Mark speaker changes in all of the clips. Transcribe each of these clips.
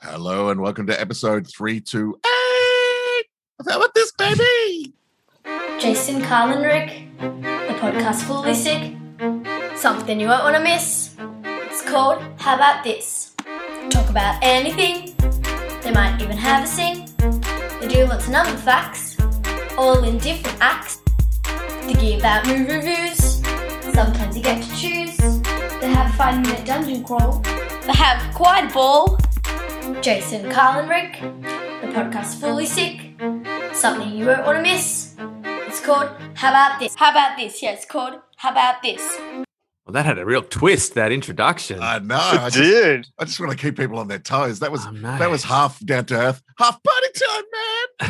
Speaker 1: Hello and welcome to episode 328 of How About This Baby?
Speaker 2: Jason, Carl, and Rick, the podcast fully sick. Something you won't want to miss. It's called How About This? Talk about anything. They might even have a sing. They do lots of number facts, all in different acts. They give out movie reviews. Sometimes you get to choose. They have a five minute dungeon crawl. They have quite a ball. Jason, Carl, and Rick, the podcast fully sick. Something you won't want to miss. It's called How About This? How About This? Yeah, it's called How About This?
Speaker 3: Well, that had a real twist. That introduction.
Speaker 1: I know. I just,
Speaker 4: Dude,
Speaker 1: I just want to keep people on their toes. That was
Speaker 3: Oh,
Speaker 1: that was
Speaker 3: mate.
Speaker 1: half down to earth, half party time,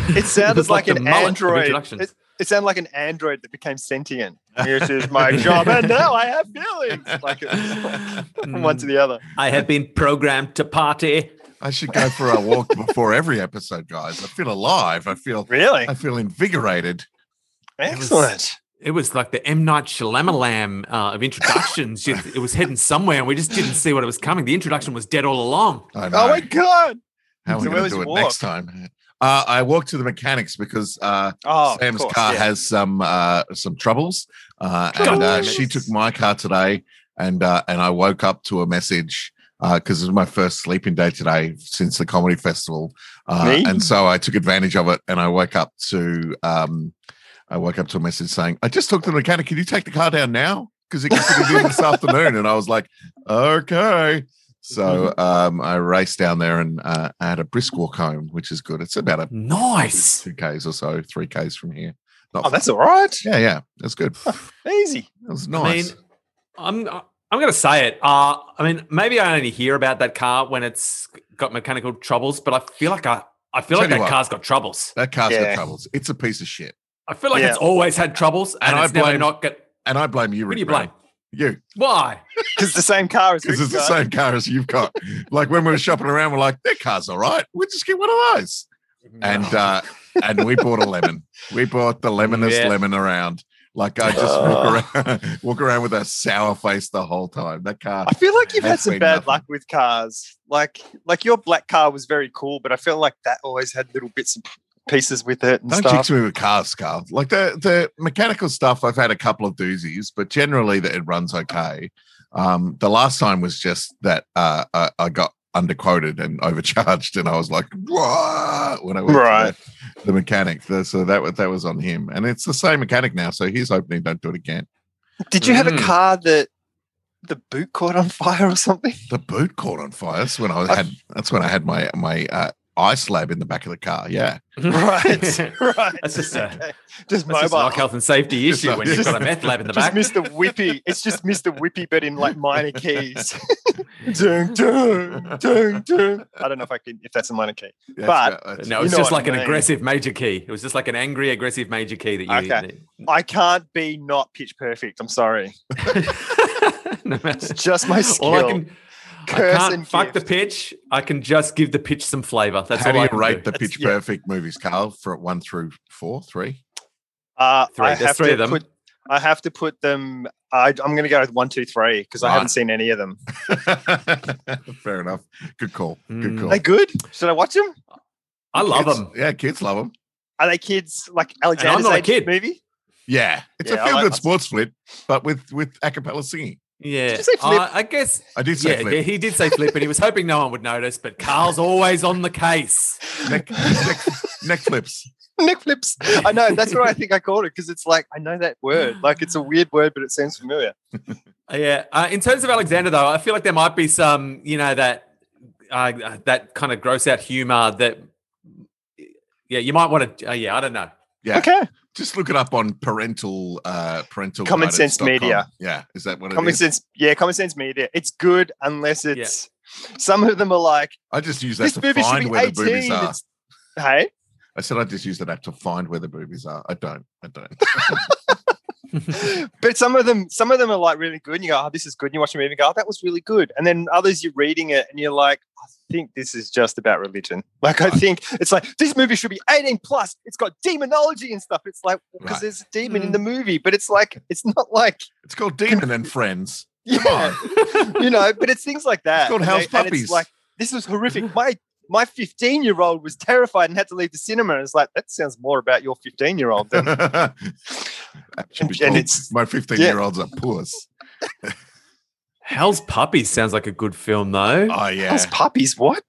Speaker 1: man.
Speaker 4: it sounded
Speaker 3: was
Speaker 4: like
Speaker 3: the
Speaker 4: an
Speaker 3: mullet of
Speaker 4: android.
Speaker 3: introductions.
Speaker 4: It- it sounded like an android that became sentient. This is my job, and now I have feelings. Like, it was like from one to the other.
Speaker 3: Mm. I have been programmed to party.
Speaker 1: I should go for a walk before every episode, guys. I feel alive. I feel
Speaker 4: Really
Speaker 1: I feel invigorated.
Speaker 3: was-
Speaker 4: excellent.
Speaker 3: It was like the M Night Shyamalan uh, of introductions. You- it was heading somewhere, and we just didn't see what it was coming. The introduction was dead all along.
Speaker 1: I know.
Speaker 4: Oh my god!
Speaker 1: How are we
Speaker 4: So
Speaker 1: going
Speaker 4: where
Speaker 1: to
Speaker 4: was
Speaker 1: do
Speaker 4: your
Speaker 1: it next time? Uh, I walked to the mechanics because uh,
Speaker 4: Oh, of
Speaker 1: Sam's
Speaker 4: course,
Speaker 1: car
Speaker 4: yeah.
Speaker 1: has some uh, some troubles, uh, and uh,
Speaker 2: Troubles.
Speaker 1: she took my car today, and uh, and I woke up to a message uh, because it was my first sleeping day today since the comedy festival, uh,
Speaker 4: Me?
Speaker 1: and so I took advantage of it, and I woke up to um, I woke up to a message saying, "I just talked to the mechanic. Can you take the car down now? Because it gets to be due this afternoon." And I was like, "Okay." So
Speaker 4: Mm-hmm.
Speaker 1: um, I raced down there and uh, I had a brisk walk home, which is good. It's about a
Speaker 3: Nice.
Speaker 1: two k's or so, three k's from here. Not
Speaker 4: Oh, that's all right.
Speaker 1: yeah, yeah, that's good. That
Speaker 4: Easy.
Speaker 1: was nice.
Speaker 3: I mean, I'm I'm going to say it. Uh, I mean, maybe I only hear about that car when it's got mechanical troubles, but I feel like I I feel
Speaker 1: Tell
Speaker 3: like
Speaker 1: you
Speaker 3: that
Speaker 1: what.
Speaker 3: car's got troubles.
Speaker 1: that car's got
Speaker 4: yeah.
Speaker 1: troubles. It's a piece of shit,
Speaker 3: I feel like
Speaker 4: Yeah.
Speaker 3: it's always had troubles, and,
Speaker 1: And I
Speaker 3: it's never
Speaker 1: blame-
Speaker 3: not get.
Speaker 1: and I blame you.
Speaker 3: Who
Speaker 1: Rick
Speaker 3: do you
Speaker 1: Brown.
Speaker 3: blame?
Speaker 1: You,
Speaker 3: Why?
Speaker 4: Because the same car as
Speaker 1: because
Speaker 4: Rick's
Speaker 1: it's the
Speaker 4: car.
Speaker 1: same car as you've got. like when we were shopping around, we're like, "That car's all right. We'll just get one of those." And uh, and we bought a lemon. We bought the lemonest
Speaker 3: Yeah. Oh.
Speaker 1: lemon around. Like I just walk around, walk around with a sour face the whole time. That car.
Speaker 4: I feel like you've had
Speaker 1: That's
Speaker 4: some
Speaker 1: been
Speaker 4: bad
Speaker 1: nothing.
Speaker 4: luck with cars. Like, like your black car was very cool, but I feel like that always had little bits and pieces with it and
Speaker 1: Don't
Speaker 4: stuff.
Speaker 1: jinx me with cars, Carl. Like the the mechanical stuff, I've had a couple of doozies, but generally that it runs okay. Um, the last time was just that uh, I, I got underquoted and overcharged, and I was like, "Wah!" when I went
Speaker 4: Right.
Speaker 1: to the, the mechanic. The- so that was that was on him, and it's the same mechanic now. So he's hoping he don't do it again.
Speaker 4: Did you have a
Speaker 3: Mm.
Speaker 4: car that the boot caught on fire or something?
Speaker 1: The boot caught on fire. That's when I
Speaker 4: I-
Speaker 1: had. That's when I had my my uh, ice lab in the back of the car. Yeah,
Speaker 4: Right, right.
Speaker 3: That's just a-
Speaker 4: Okay. just
Speaker 3: That's just an
Speaker 4: mobile.
Speaker 3: arc health and safety
Speaker 1: Just
Speaker 3: issue
Speaker 1: like-
Speaker 3: when you've got a meth lab in the back.
Speaker 4: just Mr. Whippy. It's just Mr. Whippy, but in like minor keys. dung, dung, dung, dung. I don't know if I can if that's a minor key.
Speaker 1: That's
Speaker 4: But-
Speaker 1: right. That's-
Speaker 3: No,
Speaker 4: You
Speaker 3: it's
Speaker 4: know
Speaker 3: just
Speaker 4: what I
Speaker 3: like an
Speaker 4: mean.
Speaker 3: aggressive major key. It was just like an angry, aggressive major key that you.
Speaker 4: Okay. I can't be not pitch perfect. I'm sorry.
Speaker 3: No matter-
Speaker 4: It's just my skill.
Speaker 3: all I can. I
Speaker 4: Curse
Speaker 3: can't
Speaker 4: and
Speaker 3: fuck the
Speaker 4: gift.
Speaker 3: pitch. I can just give the pitch some flavor. That's
Speaker 1: How
Speaker 3: all
Speaker 1: do
Speaker 3: I
Speaker 1: you
Speaker 3: can
Speaker 1: rate
Speaker 3: do.
Speaker 1: the Pitch
Speaker 4: yeah.
Speaker 1: Perfect movies, Carl? For one through four, three.
Speaker 4: Uh,
Speaker 3: Three.
Speaker 4: I
Speaker 3: There's
Speaker 4: have
Speaker 3: three
Speaker 4: to
Speaker 3: of them.
Speaker 4: Put, I have to put them. I, I'm going to go with one, two, three because I
Speaker 1: Right.
Speaker 4: haven't seen any of them.
Speaker 1: Fair enough. Good call. Good
Speaker 3: Mm.
Speaker 1: call.
Speaker 4: Are they good? Should I watch them?
Speaker 3: I love
Speaker 1: Kids-
Speaker 3: them.
Speaker 1: Yeah, kids love them.
Speaker 4: Are they kids like Alexander's
Speaker 3: not a
Speaker 4: age
Speaker 3: kid.
Speaker 4: movie?
Speaker 1: Yeah, it's
Speaker 4: Yeah,
Speaker 1: a
Speaker 4: I
Speaker 1: feel
Speaker 4: like
Speaker 1: good
Speaker 4: that.
Speaker 1: sports flick, but with with a cappella singing.
Speaker 3: Yeah.
Speaker 4: Did you say flip?
Speaker 3: Uh, I guess.
Speaker 1: I did say
Speaker 3: Yeah, yeah,
Speaker 1: flip.
Speaker 3: he did say flip, and he was hoping no one would notice. But Carl's always on the case.
Speaker 1: Neck, neck, neck flips.
Speaker 4: Neck flips. I know. That's what I think I called it because it's like I know that word. Like it's a weird word, but it sounds familiar.
Speaker 3: Yeah. Uh, in terms of Alexander, though, I feel like there might be some, you know, that uh, that kind of gross out humor that, yeah, you might want to. Uh, yeah, I don't know.
Speaker 1: Yeah,
Speaker 4: Okay.
Speaker 1: just look it up on parental uh parental
Speaker 4: Common Sense
Speaker 1: guidance.com.
Speaker 4: Media.
Speaker 1: Yeah, is that what
Speaker 4: Common
Speaker 1: it is?
Speaker 4: sense, yeah, common sense media. It's good unless it's some of them are like
Speaker 1: I just use that
Speaker 4: this
Speaker 1: to
Speaker 4: movie should
Speaker 1: find
Speaker 4: be
Speaker 1: where the boobies
Speaker 4: eighteen.
Speaker 1: are.
Speaker 4: That's- Hey,
Speaker 1: I said I just use that app to find where the boobies are. I don't. I don't.
Speaker 4: but some of them, some of them are like really good, and you go, "Oh, this is good." And you watch a movie, and go, "Oh, that was really good," and then others you're reading it, and you're like, "I think this is just about religion." Like, I think it's like this movie should be eighteen plus. It's got demonology and stuff. It's like because
Speaker 1: Right.
Speaker 4: there's a demon in
Speaker 3: Mm.
Speaker 4: the movie, but it's like it's not like
Speaker 1: It's called Demon and Friends.
Speaker 4: yeah, you know. But it's things like that.
Speaker 1: It's called
Speaker 4: and
Speaker 1: House
Speaker 4: they- and
Speaker 1: Puppies.
Speaker 4: it's like this is horrific. My my 15 year old was terrified and had to leave the cinema. And it's like, that sounds more about your 15 year old than.
Speaker 1: that should be
Speaker 4: And
Speaker 1: called,
Speaker 4: it's-
Speaker 1: my 15 year olds are puss.
Speaker 3: Hell's Puppies sounds like a good film though.
Speaker 1: Oh, yeah.
Speaker 4: Those puppies, what?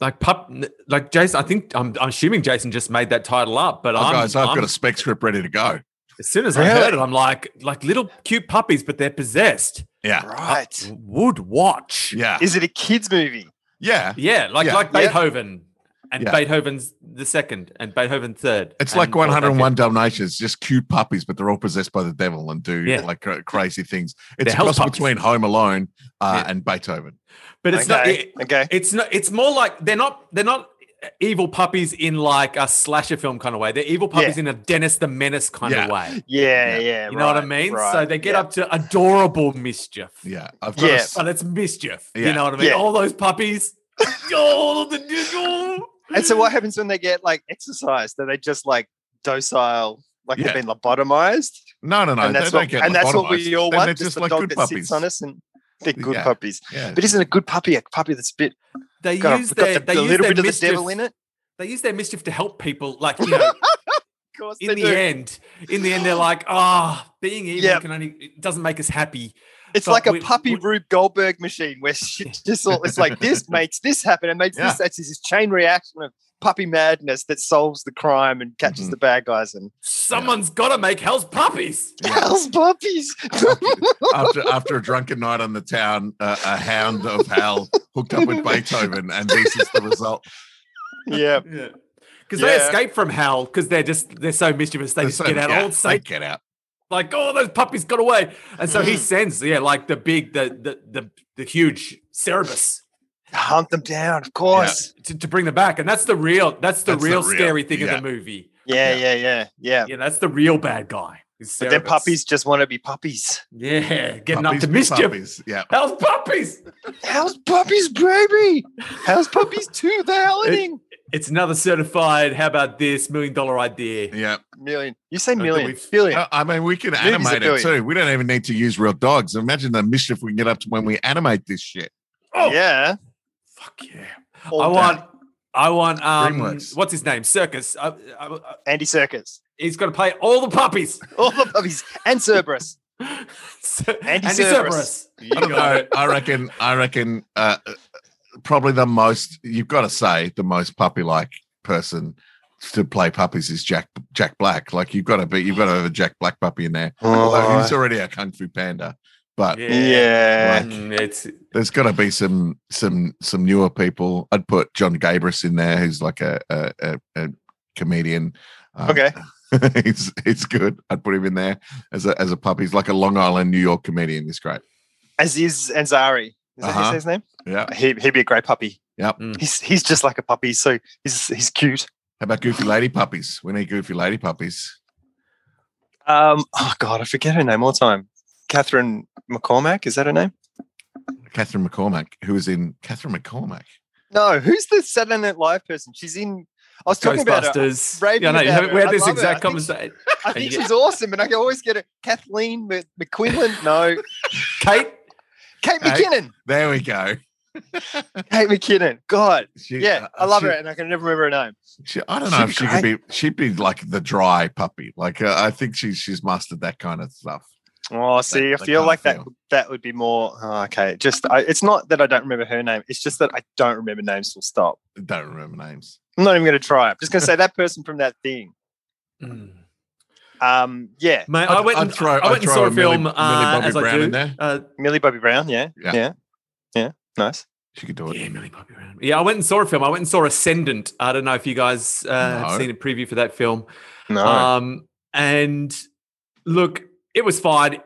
Speaker 3: Like pup, like Jason. I think I'm, I'm assuming Jason just made that title up, but
Speaker 1: Oh,
Speaker 3: I'm,
Speaker 1: guys, I've
Speaker 3: I'm-
Speaker 1: got a spec script ready to go.
Speaker 3: as soon as I
Speaker 4: Really?
Speaker 3: heard it, I'm like, like little cute puppies, but they're possessed.
Speaker 1: Yeah.
Speaker 4: Right.
Speaker 3: Would watch.
Speaker 1: Yeah.
Speaker 4: Is it a kids' movie?
Speaker 1: Yeah.
Speaker 3: Yeah, like
Speaker 1: Yeah.
Speaker 3: like
Speaker 4: Yeah.
Speaker 3: Beethoven and
Speaker 1: Yeah.
Speaker 3: Beethoven's the second and Beethoven third.
Speaker 1: It's
Speaker 3: and oh,
Speaker 1: like
Speaker 3: all that
Speaker 1: 101 Dalmatians, just cute puppies, but they're all possessed by the devil and do
Speaker 3: Yeah.
Speaker 1: like cra- crazy things. It's
Speaker 3: They're
Speaker 1: a
Speaker 3: hell
Speaker 1: cross
Speaker 3: puppies.
Speaker 1: between Home Alone uh,
Speaker 3: Yeah.
Speaker 1: and Beethoven.
Speaker 3: bit. But it's not.
Speaker 4: okay.
Speaker 3: it-
Speaker 4: okay.
Speaker 3: it's not. It's more like they're not. They're not evil puppies in like a slasher film kind of way. They're evil puppies in a Dennis the Menace kind
Speaker 1: Yeah.
Speaker 3: of way.
Speaker 4: Yeah, yeah.
Speaker 3: You know what I
Speaker 4: right,
Speaker 3: mean?
Speaker 4: right,
Speaker 3: so they get
Speaker 4: yeah.
Speaker 3: up to adorable mischief.
Speaker 1: Yeah. I've got a
Speaker 4: Yeah.
Speaker 1: s-
Speaker 3: But it's mischief.
Speaker 1: Yeah.
Speaker 3: You know what I mean?
Speaker 4: Yeah.
Speaker 3: All those puppies. all of the oh.
Speaker 4: And so what happens when they get like exercise? Do they just like docile, like
Speaker 1: Yeah.
Speaker 4: they've been lobotomized?
Speaker 1: No, no, no.
Speaker 4: and that's
Speaker 1: they don't
Speaker 4: what
Speaker 1: get
Speaker 4: and that's what we
Speaker 1: lobotomized.
Speaker 4: all
Speaker 1: They-
Speaker 4: want.
Speaker 1: They're
Speaker 4: Just,
Speaker 1: just
Speaker 4: the
Speaker 1: like
Speaker 4: dog
Speaker 1: good
Speaker 4: that
Speaker 1: puppies.
Speaker 4: sits on us and they're good
Speaker 1: Yeah.
Speaker 4: puppies.
Speaker 1: Yeah.
Speaker 4: But isn't a good puppy a puppy that's a bit
Speaker 3: They
Speaker 4: got, a,
Speaker 3: use
Speaker 4: got
Speaker 3: their
Speaker 4: the-
Speaker 3: they
Speaker 4: the
Speaker 3: use
Speaker 4: little
Speaker 3: their
Speaker 4: bit of the
Speaker 3: mischief,
Speaker 4: devil in it?
Speaker 3: They use their mischief to help people, like you know,
Speaker 4: Of course
Speaker 3: in
Speaker 4: they
Speaker 3: the
Speaker 4: do.
Speaker 3: end, in the end, they're like, ah, being evil
Speaker 4: Yeah.
Speaker 3: can only it doesn't make us happy.
Speaker 4: It's
Speaker 3: But
Speaker 4: like a
Speaker 3: we-
Speaker 4: puppy
Speaker 3: we-
Speaker 4: Rube Goldberg machine where shit just all, it's like this makes this happen and makes
Speaker 1: Yeah.
Speaker 4: this. That's this chain reaction of puppy madness that solves the crime and catches
Speaker 1: Mhm.
Speaker 3: Mm-hmm.
Speaker 4: the bad guys and
Speaker 3: Someone's got to make hell's puppies.
Speaker 4: hell's puppies.
Speaker 1: after after a drunken night on the town, uh, a hound of hell hooked up with Beethoven, and this is the result.
Speaker 4: yeah,
Speaker 3: Yeah. Because they
Speaker 4: Yeah.
Speaker 3: escape from hell because they're just they're so mischievous they
Speaker 1: They're
Speaker 3: just
Speaker 1: so-
Speaker 3: get out
Speaker 1: yeah,
Speaker 3: old
Speaker 1: they
Speaker 3: Satan
Speaker 1: Get out.
Speaker 3: like oh those puppies got away and so he
Speaker 4: Mm.
Speaker 3: sends yeah like the big the the the, the huge Cerebus
Speaker 4: hunt them down. Of course.
Speaker 3: to, to bring them back and that's the real that's the
Speaker 1: That's the
Speaker 3: real
Speaker 1: real-
Speaker 3: scary thing
Speaker 1: yeah.
Speaker 3: of the movie
Speaker 4: Yeah, yeah, yeah, yeah.
Speaker 3: yeah that's the real bad guy is
Speaker 4: But then
Speaker 3: Cerebus.
Speaker 4: puppies just want to be puppies.
Speaker 3: yeah
Speaker 1: Puppies
Speaker 3: getting up to
Speaker 1: be
Speaker 3: mischief
Speaker 1: puppies, Yeah.
Speaker 3: hell's puppies
Speaker 4: Hell's puppies, baby. Hell's puppies too. They're howling.
Speaker 3: it's another certified how about this million dollar idea
Speaker 1: Yeah.
Speaker 4: Million. You
Speaker 3: Oh,
Speaker 4: say
Speaker 1: then
Speaker 4: million.
Speaker 1: we've-
Speaker 4: Billion.
Speaker 1: Uh, I I mean, we can
Speaker 4: Movies are
Speaker 1: animate it
Speaker 4: billion.
Speaker 1: too. We don't even need to use real dogs. Imagine the mischief we can get up to when we animate this shit.
Speaker 3: oh
Speaker 4: yeah.
Speaker 3: fuck yeah
Speaker 4: All
Speaker 3: I
Speaker 4: day.
Speaker 3: want. I want. Um,
Speaker 1: DreamWorks.
Speaker 3: what's his name? Circus. I, I, I,
Speaker 4: Andy Circus.
Speaker 3: he's got to play all the puppies.
Speaker 4: All the puppies and Cerberus.
Speaker 3: So-
Speaker 4: Andy Cerberus.
Speaker 3: You
Speaker 1: I don't
Speaker 3: got
Speaker 1: know.
Speaker 3: it.
Speaker 1: I reckon. I reckon. Uh, uh, probably the most you've got to say the most puppy-like person to play puppies is Jack Jack Black. Like you've got to be. You've got to have a Jack Black puppy in there.
Speaker 4: Oh,
Speaker 1: Although he's already a kung fu panda, but
Speaker 4: yeah.
Speaker 3: Mm, it's
Speaker 1: there's got to be some some some newer people. I'd put John Gabris in there, who's like a a, a, a comedian. Um,
Speaker 4: Okay.
Speaker 1: he's he's good. I'd put him in there as a as a puppy. He's like a Long Island, New York comedian. He's great.
Speaker 4: Aziz Ansari. Is that
Speaker 1: Uh-huh.
Speaker 4: his name?
Speaker 1: Yeah. How
Speaker 4: He, he'd be a great puppy.
Speaker 1: Yep.
Speaker 3: Mm.
Speaker 4: He's he's just like a puppy. So he's he's cute.
Speaker 1: about Goofy Lady Puppies? We need Goofy Lady Puppies.
Speaker 4: Um. Oh God, I forget her name all the time. Catherine McCormack. Is that her name?
Speaker 1: Catherine McCormack, who is in Catherine McCormack.
Speaker 4: No. Who's the Saturday Night Live person? She's in. I was talking about her.
Speaker 3: Ghostbusters.
Speaker 4: raving
Speaker 3: yeah, no, you
Speaker 4: about
Speaker 3: haven't- we
Speaker 4: it.
Speaker 3: had
Speaker 4: I
Speaker 3: this
Speaker 4: love it. I
Speaker 3: exact
Speaker 4: think she-
Speaker 3: conversation.
Speaker 4: I think
Speaker 3: Yeah.
Speaker 4: she's awesome, and I can always get it. Kathleen Mc- McQuinlan. No,
Speaker 3: Kate.
Speaker 4: Kate
Speaker 1: Hey.
Speaker 4: McKinnon.
Speaker 1: There we go.
Speaker 4: Kate McKinnon. God.
Speaker 1: She-
Speaker 4: Yeah,
Speaker 1: uh,
Speaker 4: I love
Speaker 1: she-
Speaker 4: her, and I can never remember her name.
Speaker 1: She, I don't know if
Speaker 4: She'd
Speaker 1: she
Speaker 4: be
Speaker 1: could be. She'd be like the dry puppy. Like uh, I think she's she's mastered that kind of stuff.
Speaker 4: Oh, see,
Speaker 1: that
Speaker 4: I feel
Speaker 1: kinda
Speaker 4: like that
Speaker 1: feel.
Speaker 4: that would be more oh, okay. Just I, it's not that I don't remember her name. It's just that I don't remember names. Full stop.
Speaker 1: Don't remember names.
Speaker 4: I'm not even going to try. I'm just going to say that person from that thing.
Speaker 3: Mm.
Speaker 4: Um, yeah,
Speaker 3: Mate, I went. and- I went and saw a film uh, as I do. Uh,
Speaker 4: Millie Bobby Brown. Yeah,
Speaker 1: Yeah.
Speaker 4: yeah, yeah, nice.
Speaker 1: She could do it.
Speaker 3: Yeah, Millie Bobby Brown. Yeah, I went and saw a film. I went and saw Ascendant. I don't know if you guys uh,
Speaker 1: No.
Speaker 3: have seen a preview for that film.
Speaker 4: No,
Speaker 3: Um, and look, it was fine.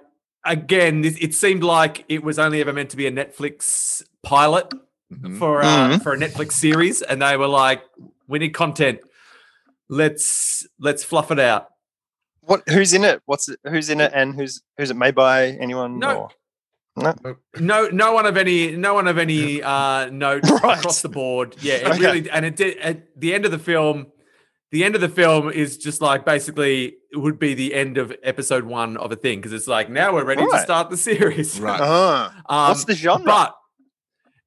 Speaker 3: Again, it, it seemed like it was only ever meant to be a Netflix pilot
Speaker 1: Mhm.
Speaker 3: for uh,
Speaker 4: Mhm.
Speaker 3: for a Netflix series, and they were like, "We need content. Let's let's fluff it out."
Speaker 4: what? Who's in it? What's it, who's in it? And who's who's it made by? Anyone?
Speaker 3: No.
Speaker 4: or-
Speaker 3: No, no one of any, no one of any uh, note
Speaker 4: Right.
Speaker 3: across the board. Yeah, it
Speaker 4: Okay.
Speaker 3: really, and it did at the end of the film. The end of the film is just like basically it would be the end of episode one of a thing because it's like now we're ready to
Speaker 4: Right.
Speaker 3: start the series.
Speaker 1: Right.
Speaker 4: Uh-huh.
Speaker 3: uh, Um,
Speaker 4: What's the genre?
Speaker 3: But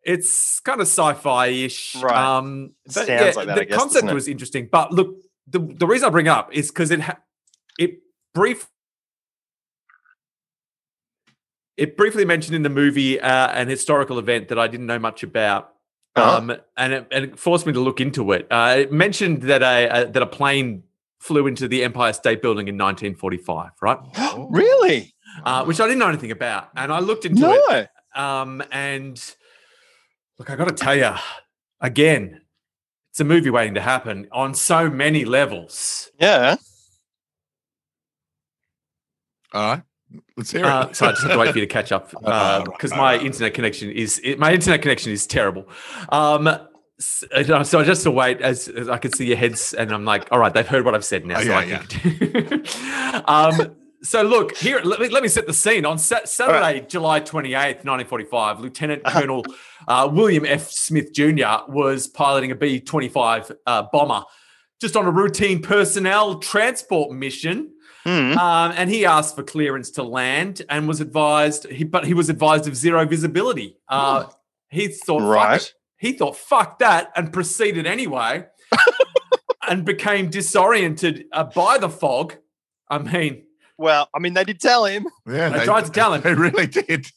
Speaker 3: It's kind of sci-fi-ish.
Speaker 4: Right.
Speaker 3: Um, but
Speaker 4: Sounds
Speaker 3: yeah,
Speaker 4: like that,
Speaker 3: the
Speaker 4: I guess,
Speaker 3: concept
Speaker 4: doesn't it?
Speaker 3: was interesting. But look, the, the reason I bring it up is because it ha- it brief it briefly mentioned in the movie uh, an historical event that I didn't know much about.
Speaker 4: Uh-huh.
Speaker 3: Um, and, it, and it forced me to look into it. Uh, it mentioned that a, a that a plane flew into the Empire State Building in 1945, right?
Speaker 4: really?
Speaker 3: Uh, which I didn't know anything about, and I looked into
Speaker 4: No.
Speaker 3: it. Um, and look, I got to tell you again, it's a movie waiting to happen on so many levels.
Speaker 4: Yeah.
Speaker 1: All right. Let's hear it.
Speaker 3: Uh, so I just have to wait for you to catch up
Speaker 1: Uh,
Speaker 3: because
Speaker 1: right,
Speaker 3: my
Speaker 1: right.
Speaker 3: internet connection is it, my internet connection is terrible. Um, s- and I- so I just to wait as, as I could see your heads, and I'm like, all right, they've heard what I've said now.
Speaker 1: Oh,
Speaker 3: so
Speaker 1: yeah,
Speaker 3: I Can... um, so look here. Let me, let me set the scene. On Sa- Saturday, July 28th, 1945, Lieutenant
Speaker 1: Uh-huh.
Speaker 3: Colonel uh, William F. Smith Jr. was piloting a B-25 uh, bomber just on a routine personnel transport mission.
Speaker 1: Mm-hmm.
Speaker 4: Hmm.
Speaker 3: Um, and he asked for clearance to land and was advised, he, but he was advised of zero visibility. Uh, he thought, fuck
Speaker 4: Right.
Speaker 3: it. he thought, fuck that, and proceeded anyway, and became disoriented uh, by the fog. I mean,
Speaker 4: Well, I mean, they did tell him.
Speaker 1: yeah,
Speaker 3: I tried to tell him,
Speaker 1: They really did.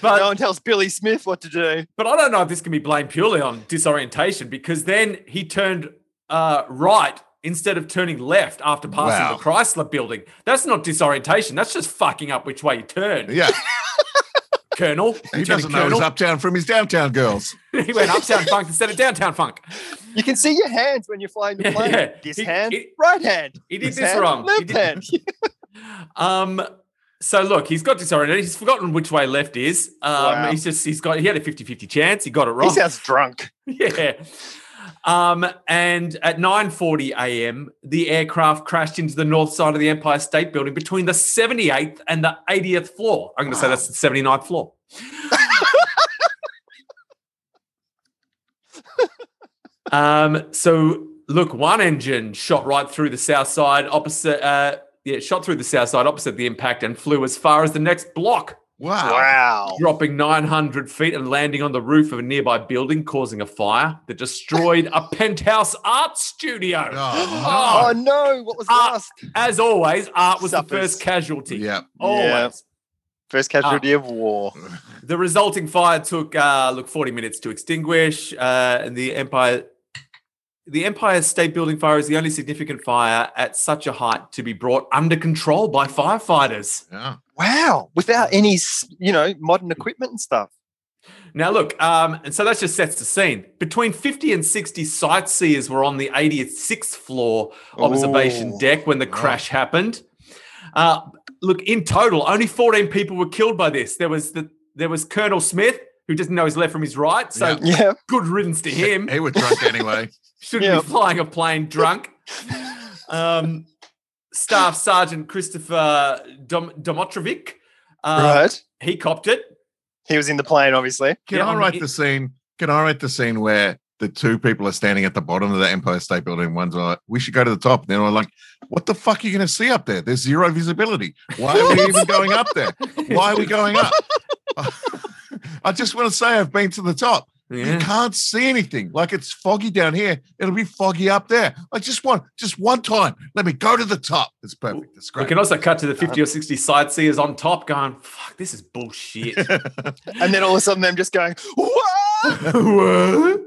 Speaker 3: but
Speaker 4: no one tells Billy Smith what to do.
Speaker 3: but I don't know if this can be blamed purely on disorientation because then he turned uh, right instead of turning left after passing
Speaker 1: Wow.
Speaker 3: the Chrysler Building. That's not disorientation. That's just fucking up which way you turn,
Speaker 1: Yeah,
Speaker 3: Colonel.
Speaker 1: he
Speaker 3: Lieutenant
Speaker 1: doesn't know his
Speaker 3: Colonel.
Speaker 1: uptown from his downtown girls.
Speaker 3: he went uptown funk instead of downtown funk.
Speaker 4: You can see your hands when you're flying the
Speaker 3: Yeah,
Speaker 4: plane.
Speaker 3: yeah.
Speaker 4: This
Speaker 3: He-
Speaker 4: hand,
Speaker 3: he-
Speaker 4: right hand.
Speaker 3: He did
Speaker 4: This
Speaker 3: this
Speaker 4: hand,
Speaker 3: wrong. He
Speaker 4: Left
Speaker 3: did-
Speaker 4: hand.
Speaker 3: Um, so look, he's got disoriented. He's forgotten which way left is. Um,
Speaker 4: Wow.
Speaker 3: he's just he's got he had a 50-50 chance. He got it
Speaker 4: He
Speaker 3: wrong.
Speaker 4: sounds drunk.
Speaker 3: yeah. Um, and at 9:40 a.m., the aircraft crashed into the north side of the Empire State Building between the 78th and the 80th floor. I'm going to say that's the 79th floor. um, so look, one engine shot right through the south side opposite. Uh, yeah, shot through the south side opposite the impact and flew as far as the next block
Speaker 1: Wow.
Speaker 4: Wow.
Speaker 3: dropping 900 feet and landing on the roof of a nearby building, causing a fire that destroyed a penthouse art studio.
Speaker 1: Oh,
Speaker 4: Oh, no. What was
Speaker 3: Ah.
Speaker 4: last?
Speaker 3: As always, art was the
Speaker 4: Suffers.
Speaker 3: first casualty.
Speaker 1: yeah.
Speaker 3: Always.
Speaker 4: Yeah. First casualty
Speaker 3: Ah.
Speaker 4: of war.
Speaker 3: The resulting fire took uh, look 40 minutes to extinguish, uh, and the Empire. The Empire State Building fire is the only significant fire at such a height to be brought under control by firefighters.
Speaker 1: Yeah.
Speaker 4: Wow. Without any, s- you know, modern equipment and stuff.
Speaker 3: Now, look, um, and so that just sets the scene. Between 50 and 60 sightseers were on the 86th floor observation
Speaker 4: Ooh.
Speaker 3: deck when the
Speaker 1: Wow.
Speaker 3: crash happened. Uh, look, in total, only 14 people were killed by this. There was the there was Colonel Smith, who doesn't know his left from his right. So
Speaker 1: Yeah.
Speaker 4: Yeah.
Speaker 3: good riddance to him.
Speaker 1: He was drunk anyway.
Speaker 3: Shouldn't
Speaker 4: Yeah.
Speaker 3: be flying a plane drunk. um, Staff Sergeant Christopher Dom- Domotrovic, uh,
Speaker 4: right.
Speaker 3: he copped it.
Speaker 4: He was in the plane, obviously.
Speaker 1: Can
Speaker 3: Yeah,
Speaker 1: I
Speaker 3: I'm-
Speaker 1: write
Speaker 3: it-
Speaker 1: the scene? Can I write the scene where the two people are standing at the bottom of the Empire State Building? One's like, "We should go to the top," and they're all like, "What the fuck are you going to see up there? There's zero visibility. Why are we even going up there? Why are we going up?" I just want to say I've been to the top. You
Speaker 3: Yeah.
Speaker 1: can't see anything. Like it's foggy down here. It'll be foggy up there. I just want just one time. Let me go to the top. It's perfect. It's
Speaker 3: We
Speaker 1: great.
Speaker 3: can also cut to the 50 or 60 sightseers on top going, fuck, this is bullshit.
Speaker 4: And then all of a sudden, them just going, "Whoa!"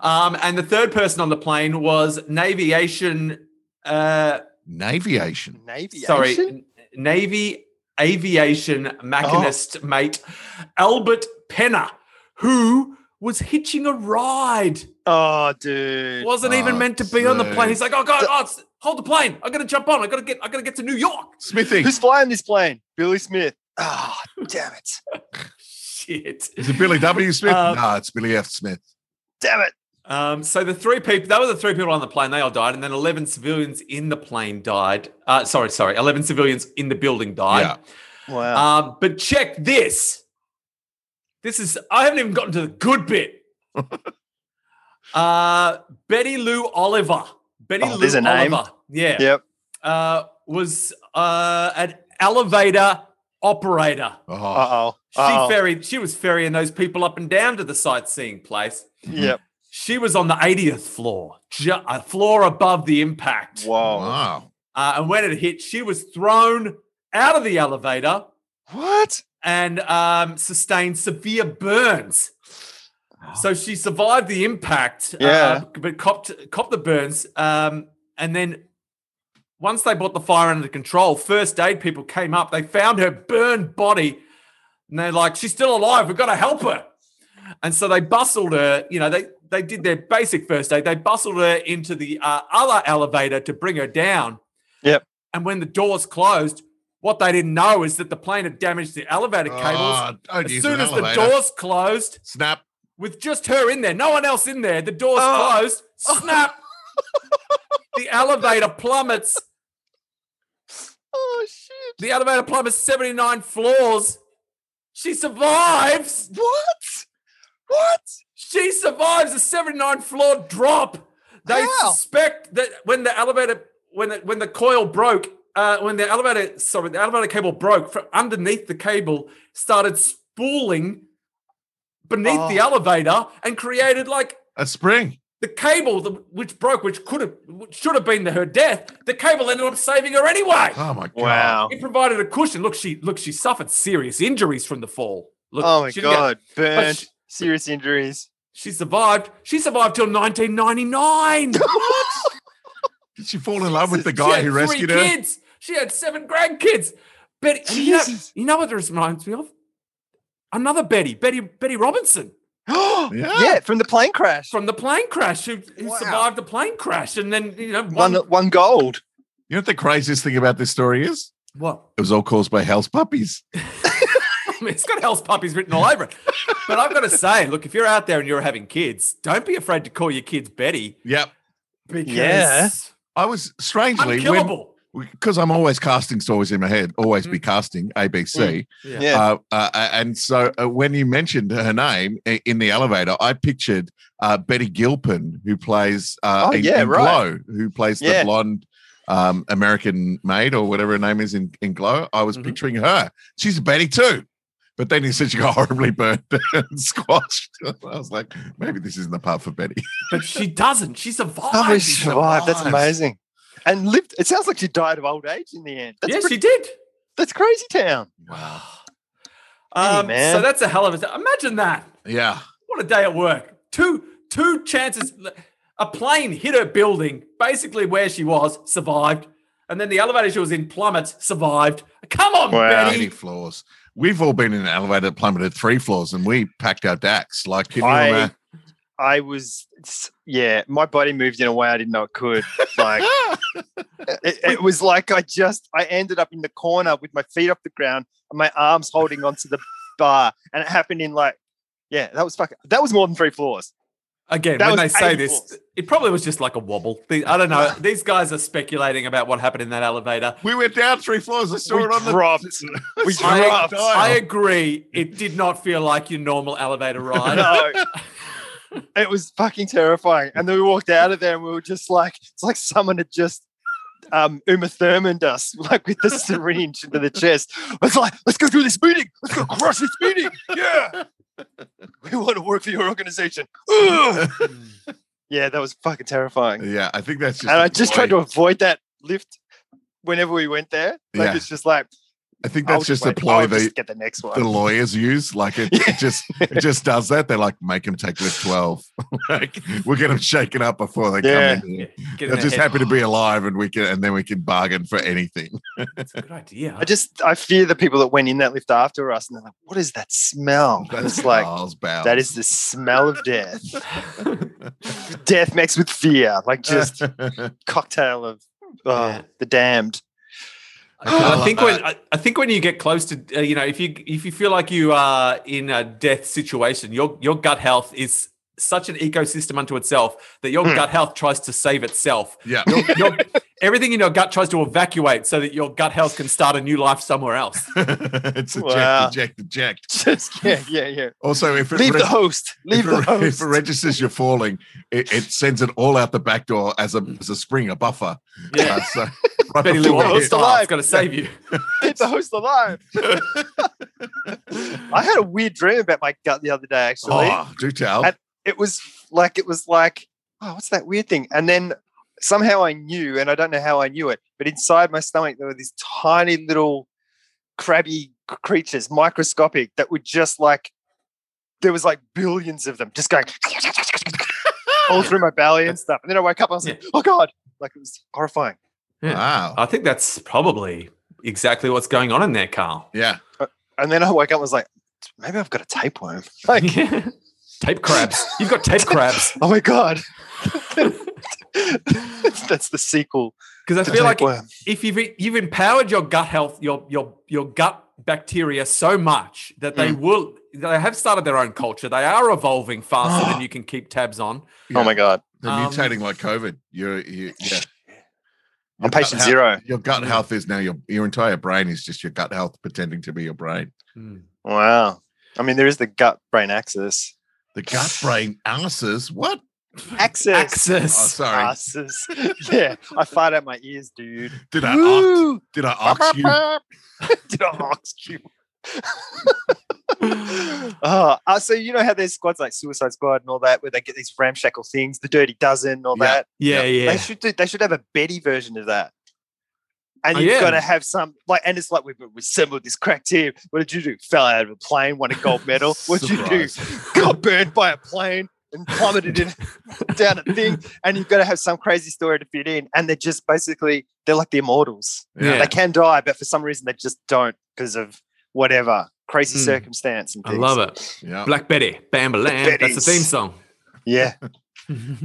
Speaker 3: um, and the third person on the plane was Naviation, uh,
Speaker 1: Naviation.
Speaker 4: Navy. action?
Speaker 3: sorry, Navy Aviation Machinist mate Albert Penner, who was hitching a ride.
Speaker 4: Oh, dude.
Speaker 3: Wasn't even
Speaker 1: Ah,
Speaker 3: meant to be on the plane. He's like, oh, God,
Speaker 4: The-
Speaker 3: oh, it's- hold the plane. I gotta jump on. I gotta get I gotta get to New York.
Speaker 1: Smithy.
Speaker 4: Who's flying this plane? Billy Smith. Ah, damn it.
Speaker 3: Shit.
Speaker 1: Is it Billy W. Smith?
Speaker 3: Uh,
Speaker 1: no, it's Billy F. Smith.
Speaker 4: Damn it.
Speaker 3: Um, so the three people, that were the three people on the plane. They all died, and then eleven civilians in the plane died. Uh, sorry, sorry, eleven civilians in the building died.
Speaker 4: Wow.
Speaker 3: Um, but check this. This is I haven't even gotten to the good bit. uh, Betty Lou Oliver. Betty
Speaker 4: Oh,
Speaker 3: Lou
Speaker 4: there's a name.
Speaker 3: Oliver. Yeah.
Speaker 4: yep.
Speaker 3: Uh, was uh, an elevator operator.
Speaker 1: Oh,
Speaker 4: Uh
Speaker 3: She
Speaker 4: oh.
Speaker 3: ferried, she was ferrying those people up and down to the sightseeing place.
Speaker 4: Yep.
Speaker 3: She was on the 80th floor, ju- a floor above the impact.
Speaker 4: Whoa.
Speaker 1: wow.
Speaker 3: Uh, and when it hit, she was thrown out of the elevator
Speaker 4: What?
Speaker 3: and um, sustained severe burns. So she survived the impact,
Speaker 4: Yeah.
Speaker 3: uh, but copped copped the burns. Um, and then once they brought the fire under control, first aid people came up. They found her burned body, and they're like, "She's still alive. We've got to help her." And so they bustled her. You know, they they did their basic first aid. They bustled her into the uh, other elevator to bring her down.
Speaker 4: Yep.
Speaker 3: And when the doors closed, what they didn't know is that the plane had damaged the elevator cables.
Speaker 1: Oh, don't
Speaker 3: as
Speaker 1: use
Speaker 3: soon
Speaker 1: an
Speaker 3: as the
Speaker 1: elevator.
Speaker 3: doors closed,
Speaker 1: snap.
Speaker 3: with just her in there, no one else in there, the doors
Speaker 4: Oh.
Speaker 3: closed, snap, the elevator plummets.
Speaker 4: Oh shit.
Speaker 3: The elevator plummets 79 floors. She survives.
Speaker 4: What? What?
Speaker 3: She survives a 79 floor drop. They
Speaker 4: How?
Speaker 3: suspect that when the elevator, when the, when the coil broke, uh, when the elevator, sorry, the elevator cable broke from underneath the cable, started spooling beneath the
Speaker 4: Oh.
Speaker 3: elevator and created like
Speaker 1: A spring.
Speaker 3: the cable that- which broke, which could have, which should have been to her death. The cable ended up saving her anyway.
Speaker 1: Oh my god.
Speaker 4: Wow.
Speaker 3: It provided a cushion. Look, she look she suffered serious injuries from the fall. Look,
Speaker 4: Oh my
Speaker 3: she didn't get-
Speaker 4: god. Burnt.
Speaker 3: she-
Speaker 4: Serious injuries.
Speaker 3: she survived. She survived till 1999.
Speaker 1: Did she fall in love with the
Speaker 4: Jesus.
Speaker 1: guy
Speaker 3: she
Speaker 1: who
Speaker 3: had three
Speaker 1: rescued her?
Speaker 3: kids. She had seven grandkids. Betty, and you know,
Speaker 4: Jesus.
Speaker 3: you know what this reminds me of? Another Betty, Betty, Betty Robinson
Speaker 4: yeah.
Speaker 1: Yeah.
Speaker 4: From the plane crash.
Speaker 3: from the plane crash, who, who
Speaker 4: Wow.
Speaker 3: survived the plane crash, and then you know
Speaker 4: One.
Speaker 3: one,
Speaker 4: One gold.
Speaker 1: You know what the craziest thing about this story is?
Speaker 3: what
Speaker 1: It was all caused by house puppies.
Speaker 3: I mean, it's got Hell's Puppies written all over it. But I've got to say, look, if you're out there and you're having kids, don't be afraid to call your kids Betty
Speaker 1: Yep.
Speaker 3: because
Speaker 4: Yeah.
Speaker 1: I was strangely
Speaker 3: unkillable.
Speaker 1: because I'm always casting stories in my head, always be casting ABC.
Speaker 3: Yeah.
Speaker 4: Mm. Yeah.
Speaker 1: Uh, uh, and so uh, when you mentioned her name i- in the elevator, I pictured uh, Betty Gilpin, who plays uh,
Speaker 4: Oh,
Speaker 1: in,
Speaker 4: yeah,
Speaker 1: in
Speaker 4: right.
Speaker 1: Glow, who plays
Speaker 4: Yeah.
Speaker 1: the blonde um, American maid or whatever her name is in, in Glow. I was
Speaker 3: Mhm.
Speaker 1: picturing her. She's a Betty too. But then he said she got horribly burnt and squashed. I was like, maybe this isn't the part for Betty.
Speaker 3: But she doesn't. She survived.
Speaker 4: Oh, she survived. That's
Speaker 1: survives.
Speaker 4: amazing. And lived. It sounds like she died of old age in the end. That's
Speaker 3: yeah,
Speaker 4: pretty,
Speaker 3: she did.
Speaker 4: that's crazy town.
Speaker 1: Wow.
Speaker 3: Um,
Speaker 4: man.
Speaker 3: So that's a hell of a. Imagine that.
Speaker 1: Yeah.
Speaker 3: What a day at work. Two two chances. A plane hit her building, basically where she was, survived. And then the elevator she was in plummets, survived. Come on,
Speaker 4: Wow.
Speaker 1: Eighty
Speaker 3: Betty.
Speaker 1: floors. We've all been in an elevator that plummeted three floors and we packed our dacks like you know,
Speaker 4: I-
Speaker 1: uh,
Speaker 4: I was, s- yeah, my body moved in a way I didn't know it could. Like it, it was like I just, I ended up in the corner with my feet off the ground and my arms holding onto the bar, and it happened in like, yeah, that was fucking, that was more than three floors.
Speaker 3: Again,
Speaker 4: That
Speaker 3: when they
Speaker 4: was
Speaker 3: say
Speaker 4: painful.
Speaker 3: this, it probably was just like a wobble. The- I don't know. These guys are speculating about what happened in that elevator.
Speaker 1: We went down three floors. I saw
Speaker 4: We
Speaker 1: it on
Speaker 4: dropped.
Speaker 1: the.
Speaker 4: We
Speaker 1: saw it on
Speaker 4: dropped.
Speaker 1: the
Speaker 3: I
Speaker 1: dial.
Speaker 3: agree. It did not feel like your normal elevator
Speaker 4: I
Speaker 3: ride.
Speaker 4: know. it was fucking terrifying. And then we walked out of there and we were just like, it's like someone had just um Uma Thurmaned us, like with the syringe into the chest. It's like, let's go through this meeting. Let's go crush this meeting. Yeah. We want to work for your organization. Ugh. yeah, that was fucking terrifying.
Speaker 1: yeah, I think that's just.
Speaker 4: and I
Speaker 1: a
Speaker 4: just
Speaker 1: ploy.
Speaker 4: tried to avoid that lift whenever we went there. Like
Speaker 1: Yeah.
Speaker 4: it's just like
Speaker 1: I think
Speaker 4: I'll
Speaker 1: that's just a
Speaker 4: wait.
Speaker 1: ploy
Speaker 4: I'll
Speaker 1: the,
Speaker 4: just get the next
Speaker 1: the
Speaker 4: one.
Speaker 1: lawyers use. Like it, it just it just does that. They're like, make them take lift twelve. like we'll get them shaken up before they
Speaker 4: Yeah.
Speaker 1: come in. Here.
Speaker 3: Get in
Speaker 1: They're
Speaker 3: there.
Speaker 1: just happy to be alive, and we can, and then we can bargain for anything.
Speaker 3: It's a good idea.
Speaker 4: I just I fear the people that went in that lift after us and they're like, what is that smell? And
Speaker 1: That's
Speaker 4: it's like
Speaker 1: Charles Bow.
Speaker 4: That is the smell of death. death mixed with fear, like
Speaker 1: Uh.
Speaker 4: just cocktail of oh,
Speaker 3: Yeah.
Speaker 4: the damned.
Speaker 3: Okay, Oh, I
Speaker 1: love
Speaker 3: think when I, I think when you get close to uh, you know if you if you feel like you are in a death situation, your your gut health is such an ecosystem unto itself that your
Speaker 4: Hmm.
Speaker 3: gut health tries to save itself.
Speaker 1: yeah.
Speaker 3: Your- your- everything in your gut tries to evacuate so that your gut health can start a new life somewhere else.
Speaker 1: it's eject,
Speaker 4: Wow.
Speaker 1: eject, eject.
Speaker 4: Just yeah, yeah, yeah.
Speaker 1: Also, if it
Speaker 4: Leave
Speaker 1: reg-
Speaker 4: the host. Leave
Speaker 1: if, it,
Speaker 4: the host.
Speaker 1: if it registers you're falling, it, it sends it all out the back door as a as a spring, a buffer.
Speaker 3: Yeah.
Speaker 1: Uh, so right
Speaker 3: Betty Lou
Speaker 1: before you-
Speaker 4: Wall's
Speaker 3: Wallach
Speaker 4: It's
Speaker 3: style.
Speaker 4: alive.
Speaker 3: It's got to save you.
Speaker 4: Keep the host alive. I had a weird dream about my gut the other day, actually.
Speaker 1: Oh, do tell.
Speaker 4: At- It was like it was like, oh, what's that weird thing? And then somehow I knew, and I don't know how I knew it, but inside my stomach there were these tiny little crabby c- creatures, microscopic, that would just like there was like billions of them just going all through my belly and stuff. And then I woke up, I was like, oh God. Like it was horrifying.
Speaker 1: Wow.
Speaker 3: I think that's probably exactly what's going on in there, Carl.
Speaker 1: Yeah.
Speaker 4: And then I woke up and was like, maybe I've got a tapeworm. Like
Speaker 3: tape crabs. You've got tape crabs.
Speaker 4: Oh my god. That's the sequel.
Speaker 3: Because
Speaker 4: to
Speaker 3: I feel like
Speaker 4: Tapeworm.
Speaker 3: if you've e, you've empowered your gut health, your your your gut bacteria so much that they
Speaker 4: Mm.
Speaker 3: will they have started their own culture. They are evolving faster than you can keep tabs on.
Speaker 1: Yeah.
Speaker 4: Oh my god.
Speaker 1: They're
Speaker 3: Um,
Speaker 1: mutating like COVID. You're, you yeah.
Speaker 4: I'm patient
Speaker 1: how-
Speaker 4: zero.
Speaker 1: Your gut health is now your your entire brain is just your gut health pretending to be your brain.
Speaker 4: Wow. I mean, there is the gut brain axis.
Speaker 1: The gut brain asses. What?
Speaker 4: Axis.
Speaker 1: Oh,
Speaker 3: Access.
Speaker 1: sorry.
Speaker 4: Axis. yeah. I fired out my ears, dude.
Speaker 1: Did I ox,
Speaker 4: Woo!
Speaker 1: did I ox you?
Speaker 4: Did I ask you? oh, uh, so you know how there's squads like Suicide Squad and all that, where they get these ramshackle things, the Dirty Dozen, and all
Speaker 1: Yeah.
Speaker 4: that.
Speaker 3: yeah,
Speaker 4: They
Speaker 3: yeah.
Speaker 4: should do, they should have a Betty version of that. And
Speaker 3: Oh,
Speaker 4: you've
Speaker 3: yeah.
Speaker 4: got to have some like, and it's like we've we've assembled this crack team. What did you do? Fell out of a plane, won a gold medal. What did you do? Got burned by a plane and plummeted in down a thing. And you've got to have some crazy story to fit in. And they're just basically they're like the immortals.
Speaker 3: Yeah.
Speaker 4: They can die, but for some reason they just don't because of whatever crazy
Speaker 1: Hmm.
Speaker 3: Mm.
Speaker 4: circumstance and
Speaker 3: I
Speaker 4: things.
Speaker 3: love it.
Speaker 1: Yeah.
Speaker 3: Black Betty, Bamberland. That's the theme
Speaker 4: Betties.
Speaker 3: song.
Speaker 4: Yeah.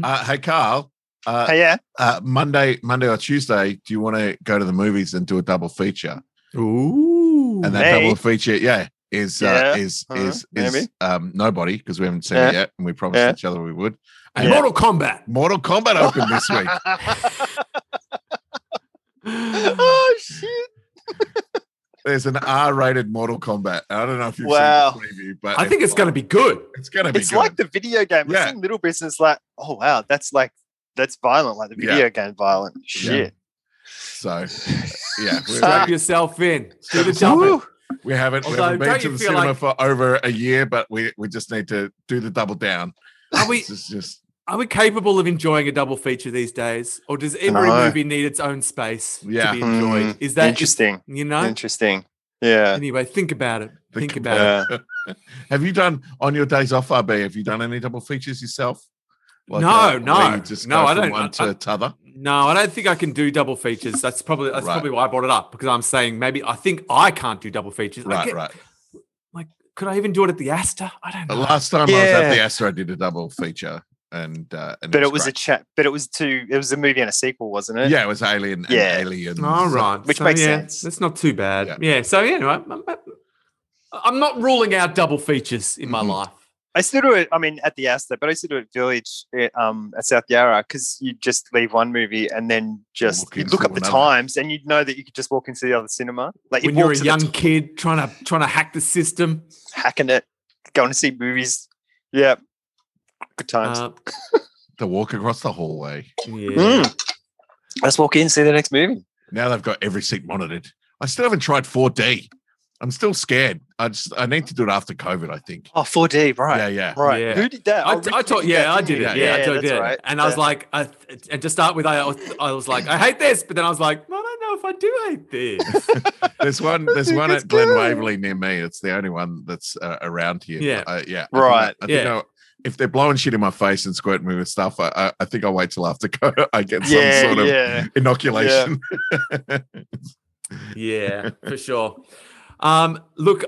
Speaker 1: Uh, hey Carl. Uh,
Speaker 4: Hey, yeah.
Speaker 1: uh, Monday, Monday or Tuesday, do you want to go to the movies and do a double feature?
Speaker 3: Ooh.
Speaker 1: And that
Speaker 4: Hey.
Speaker 1: double feature, yeah, is uh,
Speaker 4: Yeah,
Speaker 1: is
Speaker 4: uh-huh,
Speaker 1: is is
Speaker 4: maybe.
Speaker 1: um, nobody because we haven't seen
Speaker 4: Yeah.
Speaker 1: it yet, and we promised
Speaker 4: Yeah.
Speaker 1: each other we would.
Speaker 3: And
Speaker 1: And
Speaker 3: Mortal Kombat.
Speaker 1: Mortal Kombat opened this week.
Speaker 4: oh shit.
Speaker 1: There's an R-rated Mortal Kombat. I don't know if you've
Speaker 4: Wow.
Speaker 1: seen the preview, but
Speaker 3: I think it's going to be good.
Speaker 1: it's going to be
Speaker 4: it's
Speaker 1: good.
Speaker 4: like the video game.
Speaker 1: Yeah.
Speaker 4: I've seen little business like, oh wow, that's like that's violent, like the
Speaker 1: Yeah.
Speaker 4: video game violent. Shit.
Speaker 1: so, yeah,
Speaker 3: Strap
Speaker 4: Uh,
Speaker 1: we're,
Speaker 3: yourself in. Do the jumping.
Speaker 4: Woo.
Speaker 1: we haven't we
Speaker 3: Although,
Speaker 1: haven't been
Speaker 3: don't
Speaker 1: to
Speaker 3: you
Speaker 1: the
Speaker 3: feel
Speaker 1: cinema
Speaker 3: like-
Speaker 1: for over a year, but we we just need to do the double down.
Speaker 3: Are we
Speaker 1: It's just- just
Speaker 3: are we capable of enjoying a double feature these days, or does every
Speaker 4: No.
Speaker 3: movie need its own space
Speaker 1: Yeah.
Speaker 3: to be enjoyed?
Speaker 4: Mm,
Speaker 3: Is that is-
Speaker 4: interesting?
Speaker 3: you know?
Speaker 4: Interesting. Yeah.
Speaker 3: Anyway, think about it.
Speaker 1: Think
Speaker 3: Think about it.
Speaker 4: Yeah.
Speaker 1: Have you done on your days off, RB? Have you done any double features yourself?
Speaker 3: No,
Speaker 1: uh,
Speaker 3: no,
Speaker 1: where you just
Speaker 3: no,
Speaker 1: go
Speaker 3: I
Speaker 1: from
Speaker 3: don't-
Speaker 1: One to
Speaker 3: I-
Speaker 1: t'other?
Speaker 3: No, I don't think I can do double features. That's probably that's
Speaker 1: Right.
Speaker 3: probably why I brought it up because I'm saying maybe I think I can't do double features. I
Speaker 1: Right,
Speaker 3: get-
Speaker 1: right.
Speaker 3: Could I even do it at the Astor? I don't
Speaker 1: The
Speaker 3: know.
Speaker 1: last time I was at
Speaker 4: Yeah.
Speaker 1: the Astro, I did a double feature, and uh, and
Speaker 4: But it was
Speaker 1: great.
Speaker 4: a chat. But it was two. It was a movie and a sequel, wasn't it?
Speaker 1: yeah, it was Alien. And
Speaker 4: Yeah.
Speaker 1: Alien.
Speaker 3: All right,
Speaker 4: Which makes
Speaker 3: yeah,
Speaker 4: sense.
Speaker 3: That's not too bad. Yeah. so yeah, anyway, I'm, I'm- I'm not ruling out double features in my
Speaker 1: Mhm.
Speaker 3: life.
Speaker 4: I still do it. I mean, at the Astor, but I still do it Village at, um, at South Yarra because you just leave one movie and then just
Speaker 1: Walk
Speaker 4: you
Speaker 1: into
Speaker 4: look up the
Speaker 1: another.
Speaker 4: times and you'd know that you could just walk into the other cinema. Like you
Speaker 3: when you're
Speaker 4: walk
Speaker 3: a
Speaker 4: to the
Speaker 3: young
Speaker 4: t-
Speaker 3: kid trying to trying to hack the system.
Speaker 4: hacking it, going to see movies. Yeah, good times.
Speaker 3: Uh,
Speaker 1: The walk across the hallway.
Speaker 3: yeah.
Speaker 4: Mm. Let's walk in, see the next movie.
Speaker 1: Now they've got every seat monitored. I still haven't tried 4D. I'm still scared. I just I need to do it after COVID. I think.
Speaker 4: Oh, 4D, right.
Speaker 1: Yeah, yeah.
Speaker 4: Right.
Speaker 3: Yeah.
Speaker 4: Who did that?
Speaker 3: I,
Speaker 4: Oh, Ricky
Speaker 3: I thought,
Speaker 4: did
Speaker 3: yeah,
Speaker 4: that,
Speaker 3: I
Speaker 4: didn't
Speaker 3: did
Speaker 4: he?
Speaker 3: it. Yeah, I
Speaker 4: that's
Speaker 3: did it.
Speaker 4: right.
Speaker 3: And I was
Speaker 4: Yeah.
Speaker 3: like, I, and to start with, I, I was- I was like, I hate this, but then I was like, well, I don't know if I do hate this.
Speaker 1: There's one. There's
Speaker 4: think
Speaker 1: one
Speaker 4: it's
Speaker 1: at Glen
Speaker 4: good.
Speaker 1: Waverley near me. It's the only one that's uh, around here.
Speaker 3: Yeah.
Speaker 1: Uh, yeah.
Speaker 4: Right,
Speaker 1: I think I, I think
Speaker 3: yeah.
Speaker 1: I- if they're blowing shit in my face and squirting me with stuff, I, I, I think I'll wait till after COVID I get some
Speaker 4: yeah,
Speaker 1: sort of
Speaker 4: yeah.
Speaker 1: inoculation.
Speaker 3: yeah, for sure. Um, look,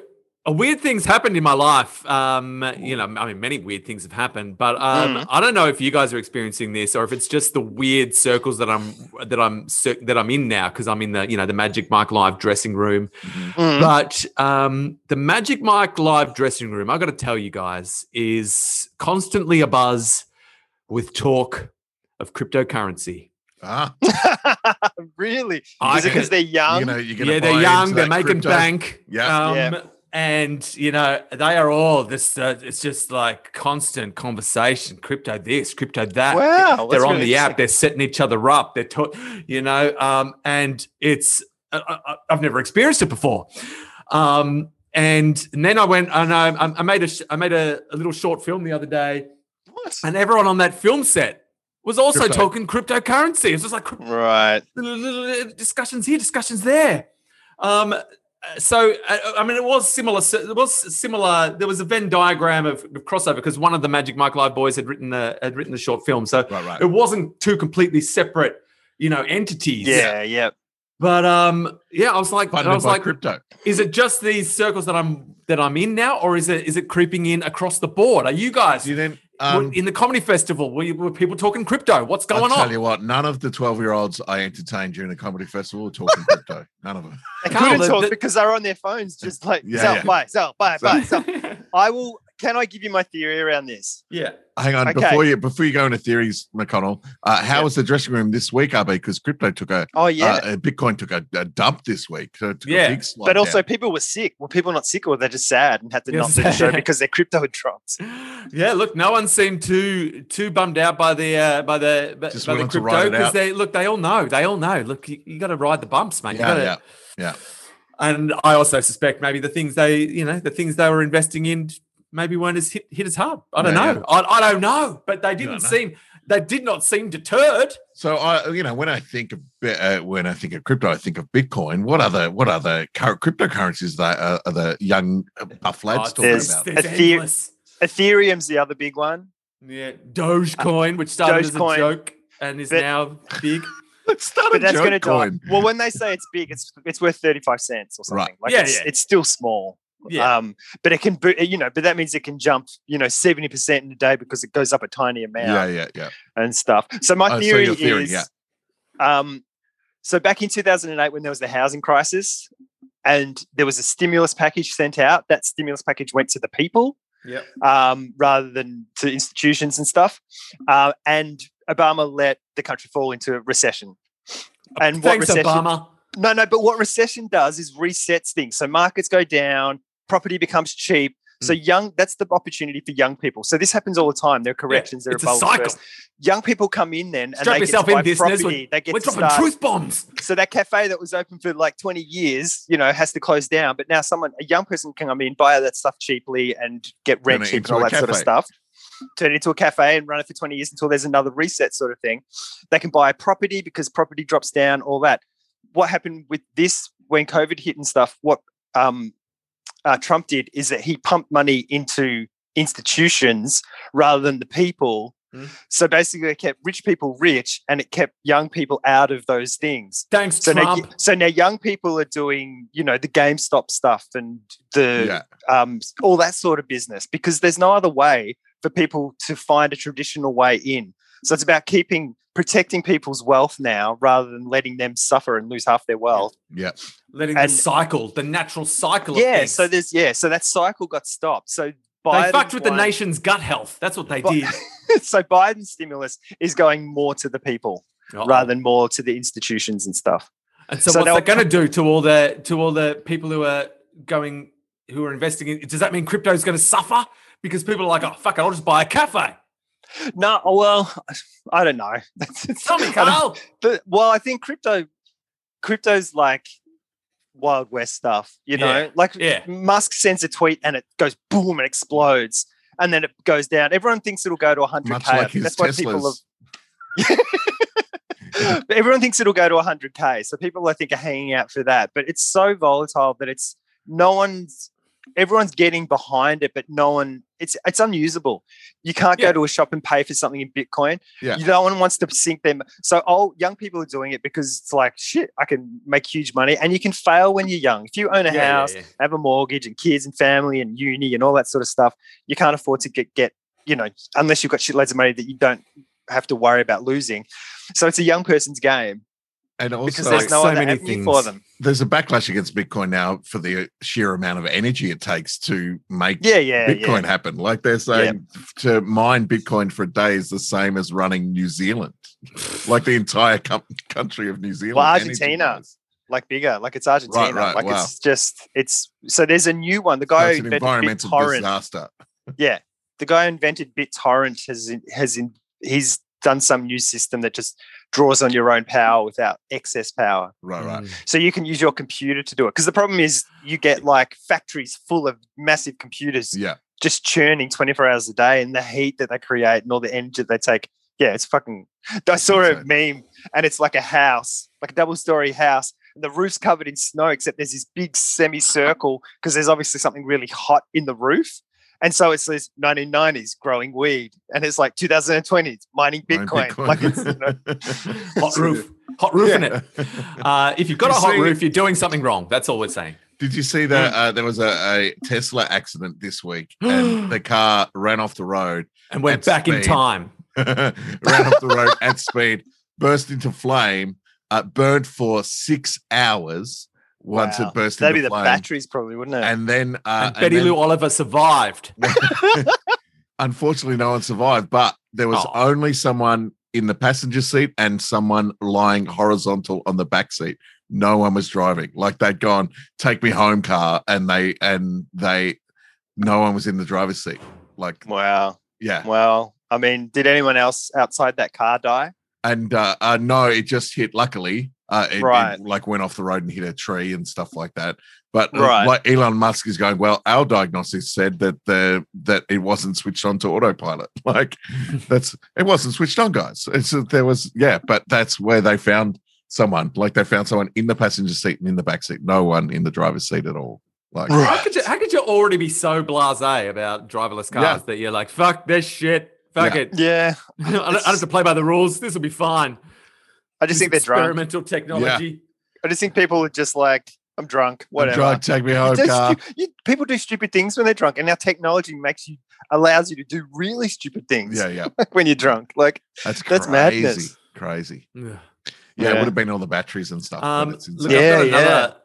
Speaker 3: uh, weird things happened in my life. Um, you know, I mean, many weird things have happened, but um,
Speaker 4: Mm.
Speaker 3: I don't know if you guys are experiencing this or if it's just the weird circles that I'm that I'm cir- that I'm in now because I'm in the you know the Magic Mike Live dressing room
Speaker 4: Mm.
Speaker 3: But um, the Magic Mike live dressing room, I got to tell you guys, is constantly abuzz with talk of cryptocurrency.
Speaker 1: Ah,
Speaker 4: really?
Speaker 3: I
Speaker 4: Is it
Speaker 3: can-
Speaker 4: because they're young?
Speaker 1: you know, you're gonna
Speaker 3: Um, yeah, they're
Speaker 1: buy
Speaker 3: young.
Speaker 1: into
Speaker 3: They're
Speaker 1: that
Speaker 3: making
Speaker 1: crypto.
Speaker 3: bank.
Speaker 1: Yeah.
Speaker 3: Um,
Speaker 4: Yeah.
Speaker 3: And you know they are all this. Uh, it's just like constant conversation. Crypto this, crypto that.
Speaker 4: Wow, Oh, that's
Speaker 3: they're on
Speaker 4: really
Speaker 3: the app.
Speaker 4: interesting.
Speaker 3: They're setting each other up. They're, to- you know, um, and it's I, I, I've never experienced it before. Um, and, and then I went and I, I made a sh- I made a, a little short film the other day,
Speaker 4: What?
Speaker 3: and everyone on that film set was also
Speaker 1: Crypto.
Speaker 3: talking cryptocurrency. It's just like crypto
Speaker 4: Right.
Speaker 3: discussions here, discussions there. Um, uh, so uh, I, I mean, it was similar. so It was similar. There was a Venn diagram of, of crossover because one of the Magic Mike Live boys had written the had written the short film, so
Speaker 1: Right, right.
Speaker 3: it wasn't two completely separate, you know, entities.
Speaker 4: Yeah, yeah.
Speaker 3: But um, yeah, I was like,
Speaker 1: Funded
Speaker 3: I was
Speaker 1: by
Speaker 3: like,
Speaker 1: crypto.
Speaker 3: is it just these circles that I'm that I'm in now, or is it is it creeping in across the board? Are you guys
Speaker 1: You then
Speaker 3: were-
Speaker 1: um,
Speaker 3: in the comedy festival? Were, you, were people talking crypto? What's
Speaker 1: I'll
Speaker 3: going
Speaker 1: tell
Speaker 3: on?
Speaker 1: you what, none of the 12 year olds I entertained during the comedy festival were talking crypto. None of them.
Speaker 4: They
Speaker 3: Carl,
Speaker 4: couldn't
Speaker 3: the-
Speaker 4: talk
Speaker 3: the-
Speaker 4: because they're on their phones, just like
Speaker 1: Yeah,
Speaker 4: sell,
Speaker 1: yeah.
Speaker 4: buy, sell, buy,
Speaker 1: Sell.
Speaker 4: buy, sell. I will. Can I give you my theory around this?
Speaker 3: yeah.
Speaker 1: Hang on,
Speaker 4: Okay.
Speaker 1: before you before you go into theories, McConnell, uh, how
Speaker 4: Yeah.
Speaker 1: was the dressing room this week, RB? Because crypto took a,
Speaker 4: Oh yeah,
Speaker 1: uh, uh, Bitcoin took a, a dump this week. So it took a
Speaker 3: Yeah.
Speaker 1: big slide
Speaker 4: but also
Speaker 1: down.
Speaker 4: people were sick. Were people not sick, or they're just sad and had to
Speaker 3: Yeah,
Speaker 4: not do the show
Speaker 3: sad.
Speaker 4: because their crypto had dropped?
Speaker 3: Yeah, look, no one seemed too too bummed out by the uh, by the by,
Speaker 1: Just
Speaker 3: by the
Speaker 1: wanted to ride
Speaker 3: crypto
Speaker 1: it
Speaker 3: because
Speaker 1: out.
Speaker 3: they look they all know they all know. Look, you, you got to ride the bumps, mate. You
Speaker 1: Yeah,
Speaker 3: gotta-
Speaker 1: yeah, yeah.
Speaker 3: And I also suspect maybe the things they you know the things they were investing in maybe weren't as hit, hit as hard. I don't
Speaker 1: Yeah,
Speaker 3: know. I, I don't know, but they
Speaker 1: don't
Speaker 3: didn't
Speaker 1: know.
Speaker 3: seem they did not seem deterred.
Speaker 1: So I, you know, when I think of bi- uh, when I think of crypto, I think of Bitcoin. What other what other cur- cryptocurrencies that uh, are the young uh, buff lads
Speaker 3: Oh,
Speaker 1: talking
Speaker 4: there's-
Speaker 1: about?
Speaker 3: there's
Speaker 4: A theor-
Speaker 3: endless.
Speaker 4: Ethereum's the other big one.
Speaker 3: Yeah, Dogecoin, which started
Speaker 4: Dogecoin.
Speaker 3: as a joke and is
Speaker 4: But-
Speaker 3: now big.
Speaker 1: It's not
Speaker 4: but that's going to die.
Speaker 1: coin.
Speaker 4: Well, when they say it's big, it's it's worth thirty five cents or
Speaker 1: Right.
Speaker 4: something. Like
Speaker 3: Yeah,
Speaker 4: it's,
Speaker 3: yeah.
Speaker 4: it's still small.
Speaker 3: Yeah.
Speaker 4: Um, but it can, bo- you know, but that means it can jump, you know, seventy percent in a day because it goes up a tiny amount
Speaker 1: Yeah, yeah, yeah.
Speaker 4: and stuff. So
Speaker 1: Oh,
Speaker 4: my
Speaker 1: so
Speaker 4: theory,
Speaker 1: your theory,
Speaker 4: is,
Speaker 1: yeah.
Speaker 4: um, so back in two thousand and eight when there was the housing crisis, and there was a stimulus package sent out. That stimulus package went to the people,
Speaker 3: Yep.
Speaker 4: um, rather than to institutions and stuff. Uh, and Obama let the country fall into recession. And what
Speaker 3: Thanks,
Speaker 4: recession?
Speaker 3: Obama.
Speaker 4: No, no, but what recession does is resets things. So markets go down, property becomes cheap. So young, that's the opportunity for young people. So this happens all the time. There are corrections, there
Speaker 3: it's a
Speaker 4: are bubbles.
Speaker 3: cycle.
Speaker 4: bursts. Young people come in then and
Speaker 3: Strap
Speaker 4: they get
Speaker 3: yourself
Speaker 4: to
Speaker 3: in,
Speaker 4: buy
Speaker 3: listeners.
Speaker 4: property. they get
Speaker 3: We're
Speaker 4: to
Speaker 3: dropping
Speaker 4: start.
Speaker 3: truth bombs.
Speaker 4: So that cafe that was open for like 20 years, you know, has to close down. But now someone, a young person can come in, buy all that stuff cheaply and get rent
Speaker 1: Turn it
Speaker 4: cheap and
Speaker 1: into
Speaker 4: all
Speaker 1: a
Speaker 4: that sort of
Speaker 1: cafe.
Speaker 4: stuff. Turn it into a cafe and run it for 20 years until there's another reset sort of thing. They can buy property because property drops down, all that. What happened with this when COVID hit and stuff, what um, uh, Trump did is that he pumped money into institutions rather than the people.
Speaker 1: Hmm.
Speaker 3: Mm.
Speaker 4: So basically, it kept rich people rich and it kept young people out of those things.
Speaker 3: Thanks,
Speaker 4: So now,
Speaker 3: Trump.
Speaker 4: so now young people are doing, you know, the GameStop stuff and the
Speaker 1: yeah.
Speaker 4: um, all that sort of business because there's no other way for people to find a traditional way in. So it's about keeping protecting people's wealth now rather than letting them suffer and lose half their wealth.
Speaker 1: Yeah.
Speaker 3: Letting
Speaker 4: and-
Speaker 3: the cycle, the natural cycle. Of
Speaker 4: Yeah.
Speaker 3: things.
Speaker 4: So there's yeah. So that cycle got stopped. So
Speaker 3: they
Speaker 4: Biden's
Speaker 3: fucked with the
Speaker 4: one-
Speaker 3: nation's gut health. That's what they
Speaker 4: Bi-
Speaker 3: did.
Speaker 4: so Biden's stimulus is going more to the people
Speaker 3: Uh-oh.
Speaker 4: rather than more to the institutions and stuff.
Speaker 3: and so,
Speaker 4: so
Speaker 3: what's
Speaker 4: they'll-
Speaker 3: that going to do to all the to all the people who are going who are investing in? Does that mean crypto is going to suffer because people are like, oh fuck it, I'll just buy a cafe.
Speaker 4: No, well, I don't know.
Speaker 3: Tell me,
Speaker 4: I don't-
Speaker 3: Carl.
Speaker 4: but well, I think crypto, crypto's like wild west stuff. You know,
Speaker 3: Yeah,
Speaker 4: like
Speaker 3: yeah.
Speaker 4: Musk sends a tweet and it goes boom and explodes, and then it goes down. Everyone thinks it'll go to 100k.
Speaker 1: Much like his
Speaker 4: That's why people
Speaker 1: Teslas.
Speaker 4: have. but everyone thinks it'll go to 100k, so people I think are hanging out for that. But it's so volatile that it's no one's. Everyone's getting behind it, but no one. It's it's unusable. You can't
Speaker 3: Yeah.
Speaker 4: go to a shop and pay for something in Bitcoin.
Speaker 1: Yeah.
Speaker 4: No one wants to sink them. So old young people are doing it because it's like shit. I can make huge money, and you can fail when you're young. If you own a house, have a mortgage, and kids, and family, and uni, and all that sort of stuff, you can't afford to get get you know unless you've got shitloads of money that you don't have to worry about losing. So it's a young person's game
Speaker 1: And also,
Speaker 4: because there's no
Speaker 3: so
Speaker 4: other
Speaker 3: many
Speaker 4: avenue for
Speaker 3: things.
Speaker 4: them.
Speaker 1: there's a backlash against Bitcoin now for the sheer amount of energy it takes to make
Speaker 4: Yeah, yeah,
Speaker 1: Bitcoin happen. Like they're saying to mine Bitcoin for a day is the same as running New Zealand, like the entire com- country of New Zealand.
Speaker 4: Argentina.
Speaker 1: energy-wise.
Speaker 4: like bigger, like it's Argentina.
Speaker 1: right,
Speaker 4: like
Speaker 1: wow.
Speaker 4: it's just it's so there's a new one. The guy
Speaker 1: That's
Speaker 4: who
Speaker 1: an
Speaker 4: invented
Speaker 1: environmental
Speaker 4: BitTorrent.
Speaker 1: disaster.
Speaker 4: Yeah, the guy who invented BitTorrent has in- has in, he's done some new system that just draws on your own power without excess power.
Speaker 1: Right, right.
Speaker 3: Mm.
Speaker 4: So you can use your computer to do it. Because the problem is you get like factories full of massive computers
Speaker 1: Yeah.
Speaker 4: just churning 24 hours a day and the heat that they create and all the energy that they take. Yeah, it's fucking. I saw a
Speaker 1: Insane.
Speaker 4: meme and it's like a house, like a double story house. And the roof's covered in snow, except there's this big semicircle because there's obviously something really hot in the roof. And so it's this 1990s growing weed, and it's like 2020s mining
Speaker 1: Mine
Speaker 4: Bitcoin. Like it's, you know,
Speaker 3: Hot roof, hot roof in it. Uh, if you've got
Speaker 1: You
Speaker 3: a hot
Speaker 1: see-
Speaker 3: roof, you're doing something wrong. That's all we're saying.
Speaker 1: Did you see that
Speaker 4: Mm.
Speaker 1: uh, there was a, a Tesla accident this week and the car ran off the road,
Speaker 3: And we're
Speaker 1: That's
Speaker 3: back in
Speaker 1: me.
Speaker 3: time.
Speaker 1: ran off the road at speed, burst into flame, uh, burnt for six hours once
Speaker 4: Wow.
Speaker 1: it burst
Speaker 4: that'd be
Speaker 1: into
Speaker 4: the
Speaker 1: flame.
Speaker 4: batteries, probably, wouldn't it?
Speaker 1: And then, uh,
Speaker 3: and Betty
Speaker 1: and then-
Speaker 3: Lou Oliver survived.
Speaker 1: unfortunately, no one survived, but there was
Speaker 3: Oh.
Speaker 1: only someone in the passenger seat and someone lying horizontal on the back seat. No one was driving. Like they'd gone, take me home car, and they and they no one was in the driver's seat. Like,
Speaker 4: wow.
Speaker 1: yeah.
Speaker 4: Well, I mean, did anyone else outside that car die?
Speaker 1: And uh, uh no, it just hit luckily. Uh, it, it,
Speaker 4: Right.
Speaker 1: like went off the road and hit a tree and stuff like that. But uh,
Speaker 4: Right.
Speaker 1: like Elon Musk is going, well, our diagnosis said that the that it wasn't switched on to autopilot. Like that's it wasn't switched on, guys. It's that there was yeah, but that's where they found someone. Like they found someone in the passenger seat and in the back seat. No one in the driver's seat at all. Like
Speaker 3: How could you, how could you already be so blasé about driverless
Speaker 1: Yeah.
Speaker 3: cars that you're like, fuck this shit, fuck
Speaker 1: Yeah.
Speaker 3: it.
Speaker 4: Yeah.
Speaker 3: I, don't, I don't have to play by the rules. This will be fine.
Speaker 4: I just think they're drunk.
Speaker 3: experimental technology.
Speaker 4: I just think people are just like, I'm drunk, whatever.
Speaker 1: Drive, take me home,
Speaker 4: You do
Speaker 1: car.
Speaker 4: stu- you- people do stupid things when they're drunk, and now technology makes you allows you to do really stupid things
Speaker 1: Yeah, yeah.
Speaker 4: when you're drunk. Like,
Speaker 1: That's crazy.
Speaker 4: That's madness.
Speaker 1: Crazy.
Speaker 3: Ugh.
Speaker 1: Yeah, it
Speaker 4: Yeah.
Speaker 1: would have been all the batteries and stuff. but
Speaker 4: Oh,
Speaker 3: Um,
Speaker 1: it's
Speaker 3: look,
Speaker 1: insane.
Speaker 4: Yeah,
Speaker 3: I've got another.
Speaker 4: yeah.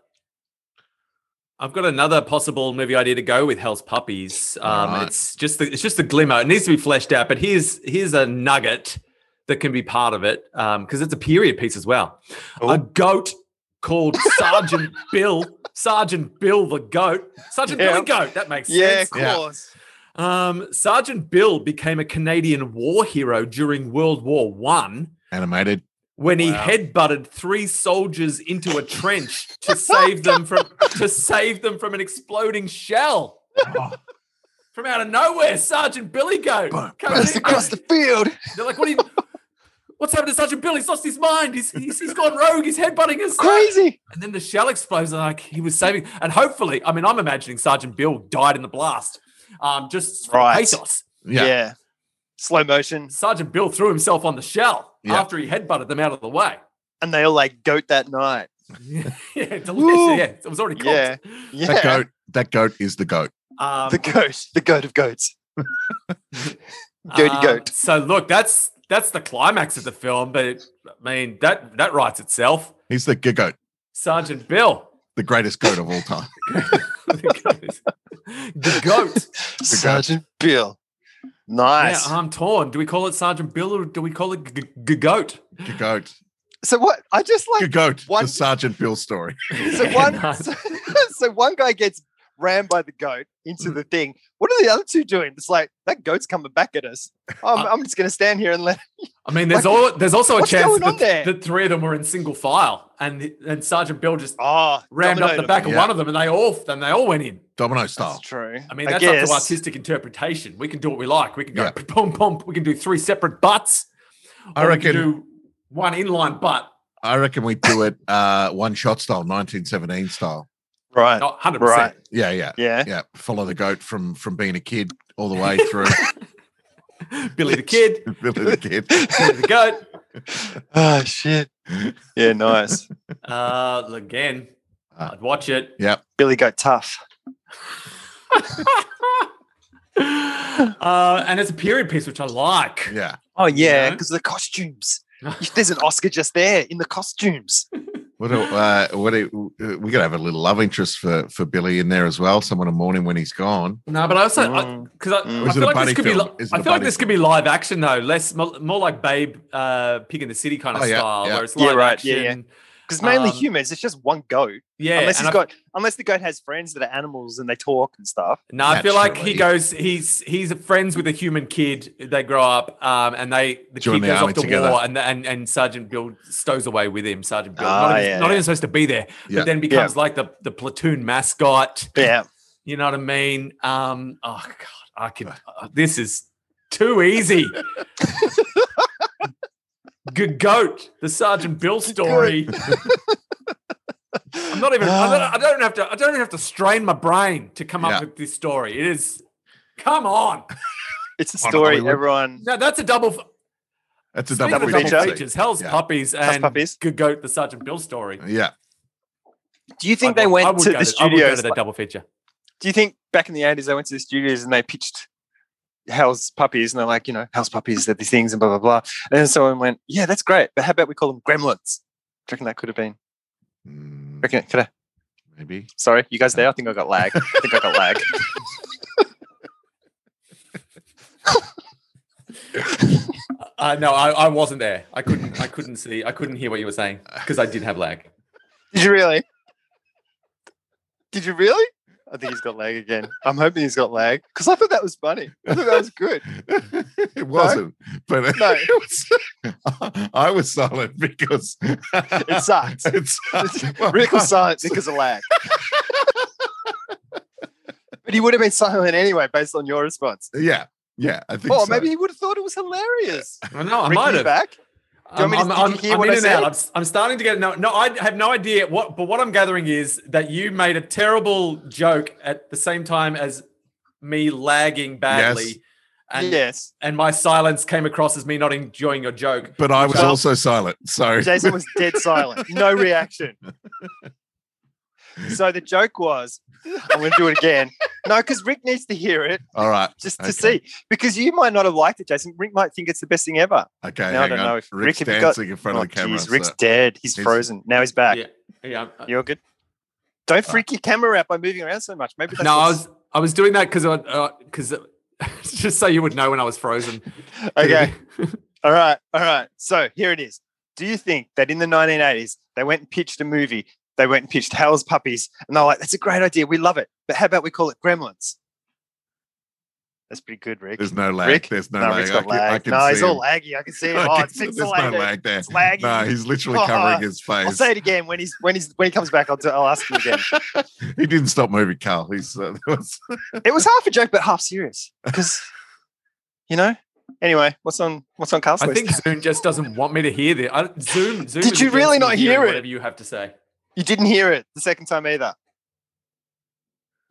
Speaker 3: I've got another possible movie idea to go with Hell's Puppies. Um,
Speaker 1: Alright.
Speaker 3: It's just the, it's just the glimmer. It needs to be fleshed out, but here's here's a nugget that can be part of it because it's a period piece as well.
Speaker 4: Oh.
Speaker 3: A goat called Sergeant Bill. Sergeant Bill the goat. Sergeant
Speaker 4: Yeah.
Speaker 3: Billy Goat. That makes
Speaker 4: yeah,
Speaker 3: sense.
Speaker 4: of course.
Speaker 3: Um, Sergeant Bill became a Canadian war hero during World War One
Speaker 1: animated.
Speaker 3: when he
Speaker 4: Wow.
Speaker 3: headbutted three soldiers into a trench to save them from to save them from an exploding shell from out of nowhere. Sergeant Billy Goat
Speaker 1: Boom,
Speaker 3: comes
Speaker 4: Burst
Speaker 3: in.
Speaker 4: across the field.
Speaker 3: They're like, "What? Are you, what's happened to Sergeant Bill? He's lost his mind. He's he's, he's gone rogue. He's headbutting us."
Speaker 4: Crazy.
Speaker 3: And then the shell explodes, and like he was saving. And hopefully, I mean, I'm imagining Sergeant Bill died in the blast, um, just for the
Speaker 4: Right.
Speaker 3: pathos.
Speaker 1: Yeah.
Speaker 4: Slow motion.
Speaker 3: Sergeant Bill threw himself on the shell
Speaker 1: Yeah.
Speaker 3: after he headbutted them out of the way.
Speaker 4: And they all like goat that night.
Speaker 3: yeah, delicious.
Speaker 4: Woo.
Speaker 3: Yeah, it was already cooked.
Speaker 4: Yeah.
Speaker 1: That
Speaker 4: Yeah.
Speaker 1: goat, that goat is the goat.
Speaker 3: Um,
Speaker 4: The goat. The goat of goats. Goaty
Speaker 3: um,
Speaker 4: goat.
Speaker 3: So look, that's that's the climax of the film, but it, I mean that that writes itself.
Speaker 1: He's the g- goat,
Speaker 3: Sergeant Bill,
Speaker 1: the greatest goat of all time.
Speaker 3: the goat.
Speaker 4: Sergeant Bill. Nice.
Speaker 3: Yeah, uh-huh. I'm torn. Do we call it Sergeant Bill or do we call it g- g- goat?
Speaker 1: G- goat,
Speaker 4: so what? I just like
Speaker 1: G- goat.
Speaker 4: One-
Speaker 1: The Sergeant Bill story.
Speaker 4: So
Speaker 3: Yeah,
Speaker 4: one,
Speaker 3: no.
Speaker 4: so, so one guy gets rammed by the goat
Speaker 3: Mm.
Speaker 4: into the thing. What are the other two doing? It's like that goat's coming back at us.
Speaker 3: Uh,
Speaker 4: I'm, I'm just gonna stand here and let.
Speaker 3: I mean, there's
Speaker 4: Like,
Speaker 3: all there's also a
Speaker 4: what's
Speaker 3: chance
Speaker 4: going on
Speaker 3: that,
Speaker 4: there?
Speaker 3: that three of them were in single file, and the- and Sergeant Bill just
Speaker 4: Oh,
Speaker 3: rammed up the
Speaker 4: dominated.
Speaker 3: back of
Speaker 1: Yeah.
Speaker 3: one of them, and they all then they all went in.
Speaker 1: Domino
Speaker 4: That's
Speaker 1: style.
Speaker 4: true.
Speaker 3: I mean, that's up
Speaker 4: guess.
Speaker 3: to artistic interpretation. We can do what we like. We can go
Speaker 1: Yeah.
Speaker 3: pump, pump. We can do three separate butts.
Speaker 1: I
Speaker 3: or we can
Speaker 1: reckon-
Speaker 3: do one inline butt.
Speaker 1: I reckon we do it uh, one shot style, 1917 style.
Speaker 4: Right.
Speaker 3: Not 100%.
Speaker 4: Right.
Speaker 1: Yeah, yeah,
Speaker 4: Yeah.
Speaker 1: yeah. Follow the goat from from being a kid all the way through
Speaker 3: Billy the Kid,
Speaker 1: Billy the kid.
Speaker 3: Billy the Goat.
Speaker 4: Oh shit. Yeah. Nice.
Speaker 3: Uh, again,
Speaker 1: Ah.
Speaker 3: I'd watch it.
Speaker 4: Billy Goat tough.
Speaker 3: uh, and it's a period piece, which I like.
Speaker 1: Yeah,
Speaker 4: Oh yeah,
Speaker 3: know?
Speaker 4: because the costumes. There's an Oscar just there in the costumes.
Speaker 1: What a, uh, what a, we gotta have a little love interest for for Billy in there as well. Someone to mourn him when he's gone.
Speaker 3: No, but I also
Speaker 4: Mm.
Speaker 3: because I,
Speaker 4: Mm.
Speaker 1: Is
Speaker 3: I
Speaker 1: it
Speaker 3: feel
Speaker 1: a
Speaker 3: like
Speaker 1: buddy
Speaker 3: this could be
Speaker 1: film?
Speaker 3: li-
Speaker 1: Is it a
Speaker 3: I feel like
Speaker 1: buddy
Speaker 3: this could be live action though, less mo- more like Babe, uh, Pig in the City kind of
Speaker 1: Oh, yeah,
Speaker 3: style,
Speaker 1: yeah.
Speaker 3: where it's
Speaker 4: Yeah,
Speaker 3: live
Speaker 4: right, yeah,
Speaker 3: action.
Speaker 4: yeah. Because mainly
Speaker 3: Um,
Speaker 4: humans, it's just one goat.
Speaker 3: Yeah,
Speaker 4: unless
Speaker 3: and
Speaker 4: he's
Speaker 3: I-
Speaker 4: got, unless the goat has friends that are animals and they talk and stuff.
Speaker 3: No, I feel like he
Speaker 1: Naturally.
Speaker 3: goes. He's he's friends with a human kid. They grow up, um, and they the
Speaker 1: Join
Speaker 3: kid
Speaker 1: the
Speaker 3: goes
Speaker 1: army
Speaker 3: off to
Speaker 1: together.
Speaker 3: war, and and and Sergeant Bill stows away with him. Sergeant Bill,
Speaker 4: Ah,
Speaker 3: not, even,
Speaker 4: yeah,
Speaker 3: not
Speaker 4: yeah.
Speaker 3: even supposed to be there,
Speaker 1: Yeah.
Speaker 3: but then becomes like the the platoon mascot.
Speaker 4: Yeah,
Speaker 3: You know what I mean? Um, oh God, I could. uh, this is too easy. Good goat, the Sergeant Bill story. I'm not even. I don't, I don't have to. I don't even have to strain my brain to come
Speaker 1: Ah. Yeah.
Speaker 3: up with this story. It is. Come on.
Speaker 4: it's a
Speaker 1: On
Speaker 4: story
Speaker 1: Hollywood.
Speaker 4: everyone.
Speaker 3: No, that's a double. f-
Speaker 1: That's a
Speaker 3: speaking
Speaker 1: double,
Speaker 3: of
Speaker 4: double
Speaker 1: feature.
Speaker 4: feature.
Speaker 3: features. Hell's
Speaker 1: Yeah.
Speaker 3: puppies
Speaker 4: Hell's
Speaker 3: and
Speaker 4: Puppies.
Speaker 3: Good Goat, the Sergeant Bill story.
Speaker 1: Yeah,
Speaker 4: Do you think
Speaker 3: I'd-
Speaker 4: they
Speaker 3: I
Speaker 4: went
Speaker 3: would go
Speaker 4: to the
Speaker 3: I would go
Speaker 4: studios?
Speaker 3: to that double feature.
Speaker 4: do you think back in the eighties they went to the studios and they pitched Hell's puppies and they're like, you know, Hell's puppies, they're these things and blah blah blah. And then someone went, Yeah, that's great, but how about we call them gremlins? Do you reckon that could have been?
Speaker 1: Mm,
Speaker 4: Reckon, could I,
Speaker 1: maybe.
Speaker 4: sorry, you guys there? I think I got lag. I think I got lag.
Speaker 3: Uh, no, I, I wasn't there. I couldn't. I couldn't see. I couldn't hear what you were saying because I did have lag.
Speaker 4: Did you really? Did you really? I think he's got lag again. I'm hoping he's got lag because I thought that was funny. I thought that was good.
Speaker 1: it wasn't, but
Speaker 4: No.
Speaker 1: it was, I was silent because
Speaker 4: It sucks.
Speaker 1: it's
Speaker 4: Rick was silent because of lag. but he would have been silent anyway, based on your response.
Speaker 1: Yeah, yeah. I think.
Speaker 4: Oh,
Speaker 1: so.
Speaker 4: maybe he would have thought it was hilarious.
Speaker 3: I know. I
Speaker 4: Rick,
Speaker 3: might
Speaker 4: you
Speaker 3: have.
Speaker 4: back. you
Speaker 3: I'm,
Speaker 4: want me to-
Speaker 3: I'm,
Speaker 4: did you
Speaker 3: I'm,
Speaker 4: hear
Speaker 3: I'm
Speaker 4: what
Speaker 3: in
Speaker 4: I
Speaker 3: and out.
Speaker 4: said?
Speaker 3: I'm, s- I'm starting to get no. No, I have no idea what. But what I'm gathering is that you made a terrible joke at the same time as me lagging badly, and
Speaker 4: yes,
Speaker 3: and my silence came across as me not enjoying your joke.
Speaker 1: But I was
Speaker 4: Well-
Speaker 1: also silent. So
Speaker 4: Jason was dead silent, no reaction. So the joke was, I'm going to do it again. No, because Rick needs to hear it
Speaker 1: all right.
Speaker 4: just to
Speaker 1: Okay.
Speaker 4: see, because you might not have liked it, Jason. Rick might think it's the best thing ever.
Speaker 1: Okay.
Speaker 4: Now I
Speaker 1: hang
Speaker 4: don't
Speaker 1: on.
Speaker 4: know if- Rick,
Speaker 1: Rick's
Speaker 4: have you got-
Speaker 1: dancing in front
Speaker 4: Oh,
Speaker 1: of the camera.
Speaker 4: geez, Rick's
Speaker 1: so-
Speaker 4: dead. He's
Speaker 1: He's-
Speaker 4: frozen. Now he's back.
Speaker 3: Yeah. Yeah. I-
Speaker 4: You're good. Don't freak your camera out by moving around so much. Maybe that's
Speaker 3: No, I
Speaker 4: what's-
Speaker 3: was I was doing that because because just so you would know when I was frozen.
Speaker 4: okay. All right, all right. So here it is. Do you think that in the 1980s they went and pitched a movie? They went and pitched Hell's Puppies, and they're like, "That's a great idea. We love it, but how about we call it Gremlins?" That's pretty good, Rick.
Speaker 1: There's no lag.
Speaker 4: Rick?
Speaker 1: There's no,
Speaker 4: No,
Speaker 1: lag.
Speaker 4: Rick's
Speaker 1: I
Speaker 4: got
Speaker 1: can, I
Speaker 4: lag.
Speaker 1: can
Speaker 4: No,
Speaker 1: see
Speaker 4: he's
Speaker 1: him.
Speaker 4: all laggy. I can see him.
Speaker 1: I
Speaker 4: Oh,
Speaker 1: can
Speaker 4: it's
Speaker 1: see- there's no
Speaker 4: pixelated.
Speaker 1: lag there.
Speaker 4: It's laggy.
Speaker 1: No, he's literally
Speaker 4: Oh,
Speaker 1: covering his
Speaker 4: I'll
Speaker 1: face.
Speaker 4: say it again when he's when he's when he comes back. I'll, do, I'll ask him again.
Speaker 1: he didn't stop moving, Carl. He's uh, that was-
Speaker 4: it was half a joke, but half serious because you know. Anyway, what's on what's on Carl's
Speaker 3: I
Speaker 4: list?
Speaker 3: think Zoom just doesn't want me to hear this. I, don't- Zoom, Zoom.
Speaker 4: Did
Speaker 3: is
Speaker 4: you
Speaker 3: against me
Speaker 4: really not
Speaker 3: hearing
Speaker 4: hear it?
Speaker 3: Whatever you have to say.
Speaker 4: You didn't hear it the second time either.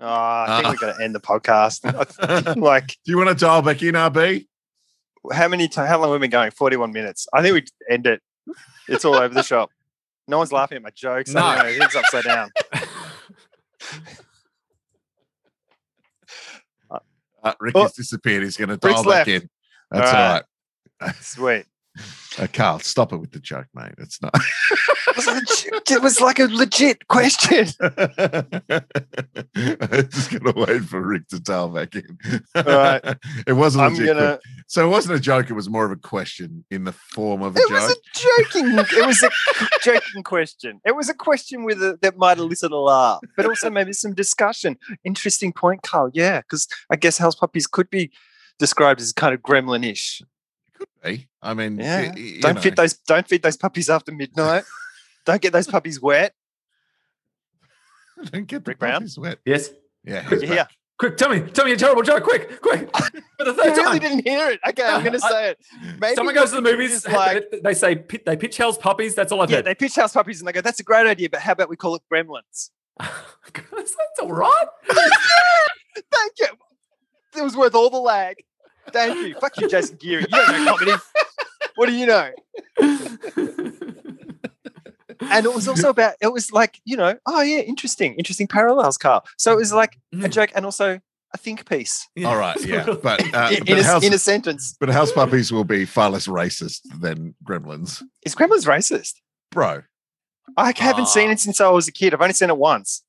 Speaker 4: Oh, I think
Speaker 1: Ah.
Speaker 4: we're going to end the podcast. I- like,
Speaker 1: Do you want to dial back in, RB?
Speaker 4: how many? T- how long have we been going? Forty-one minutes. I think we end it. It's all over the shop. No one's laughing at my jokes. I
Speaker 3: No.
Speaker 4: don't know. Everything's upside down.
Speaker 1: Uh, Rick
Speaker 4: Oh.
Speaker 1: has disappeared. He's going to dial back
Speaker 4: left.
Speaker 1: in. That's all
Speaker 4: All
Speaker 1: right.
Speaker 4: right. Sweet.
Speaker 1: Uh, Carl, stop it with the joke, mate. It's not.
Speaker 4: It was, legit- it was like a legit question.
Speaker 1: I'm just going to wait for Rick to dial back in.
Speaker 4: right.
Speaker 1: it wasn't.
Speaker 4: I'm
Speaker 1: legit
Speaker 4: gonna.
Speaker 1: que- So it wasn't a joke. It was more of a question in the form of a
Speaker 4: It
Speaker 1: joke.
Speaker 4: was a joking. It was a joking question. It was a question with a, that might elicit a laugh, but also maybe some discussion. Interesting point, Carl. Yeah, because I guess house puppies could be described as kind of gremlin-ish.
Speaker 1: Eh? I mean,
Speaker 4: Yeah.
Speaker 1: y- y- you
Speaker 4: Don't feed
Speaker 1: know.
Speaker 4: those. Don't feed those puppies after midnight. don't get those puppies wet.
Speaker 1: Don't get the
Speaker 4: Rick Brown?
Speaker 1: puppies wet.
Speaker 3: Yes.
Speaker 1: Yeah, he's
Speaker 4: Yeah,
Speaker 3: Quick, tell me, tell me a terrible joke. Quick, quick. For the
Speaker 4: you
Speaker 3: third time.
Speaker 4: really didn't hear it. Okay, I'm going to
Speaker 3: I-
Speaker 4: say it. Maybe
Speaker 3: Someone goes "Oh, to the
Speaker 4: Rick
Speaker 3: movies.
Speaker 4: is like-
Speaker 3: they, they say pit, they pitch hell's puppies. That's all I've
Speaker 4: yeah,
Speaker 3: heard.
Speaker 4: they pitch house puppies and they go, "That's a great idea, but how about we call it gremlins?"
Speaker 3: That's all right.
Speaker 4: Thank you. It was worth all the lag. Thank you. Fuck you, Jason Geary. You don't know comedy. What do you know? And it was also about, it was like, you know, oh yeah, interesting, interesting parallels, Carl. So it was like a
Speaker 3: Mm.
Speaker 4: joke and also a think piece
Speaker 3: Yeah.
Speaker 1: All right, yeah, but uh,
Speaker 4: in,
Speaker 1: but,
Speaker 4: in a,
Speaker 1: house,
Speaker 4: in a sentence.
Speaker 1: but house puppies will be far less racist than gremlins,
Speaker 4: Is Gremlins racist?
Speaker 1: bro.
Speaker 4: I haven't
Speaker 3: Ah.
Speaker 4: seen it since I was a kid. I've only seen it once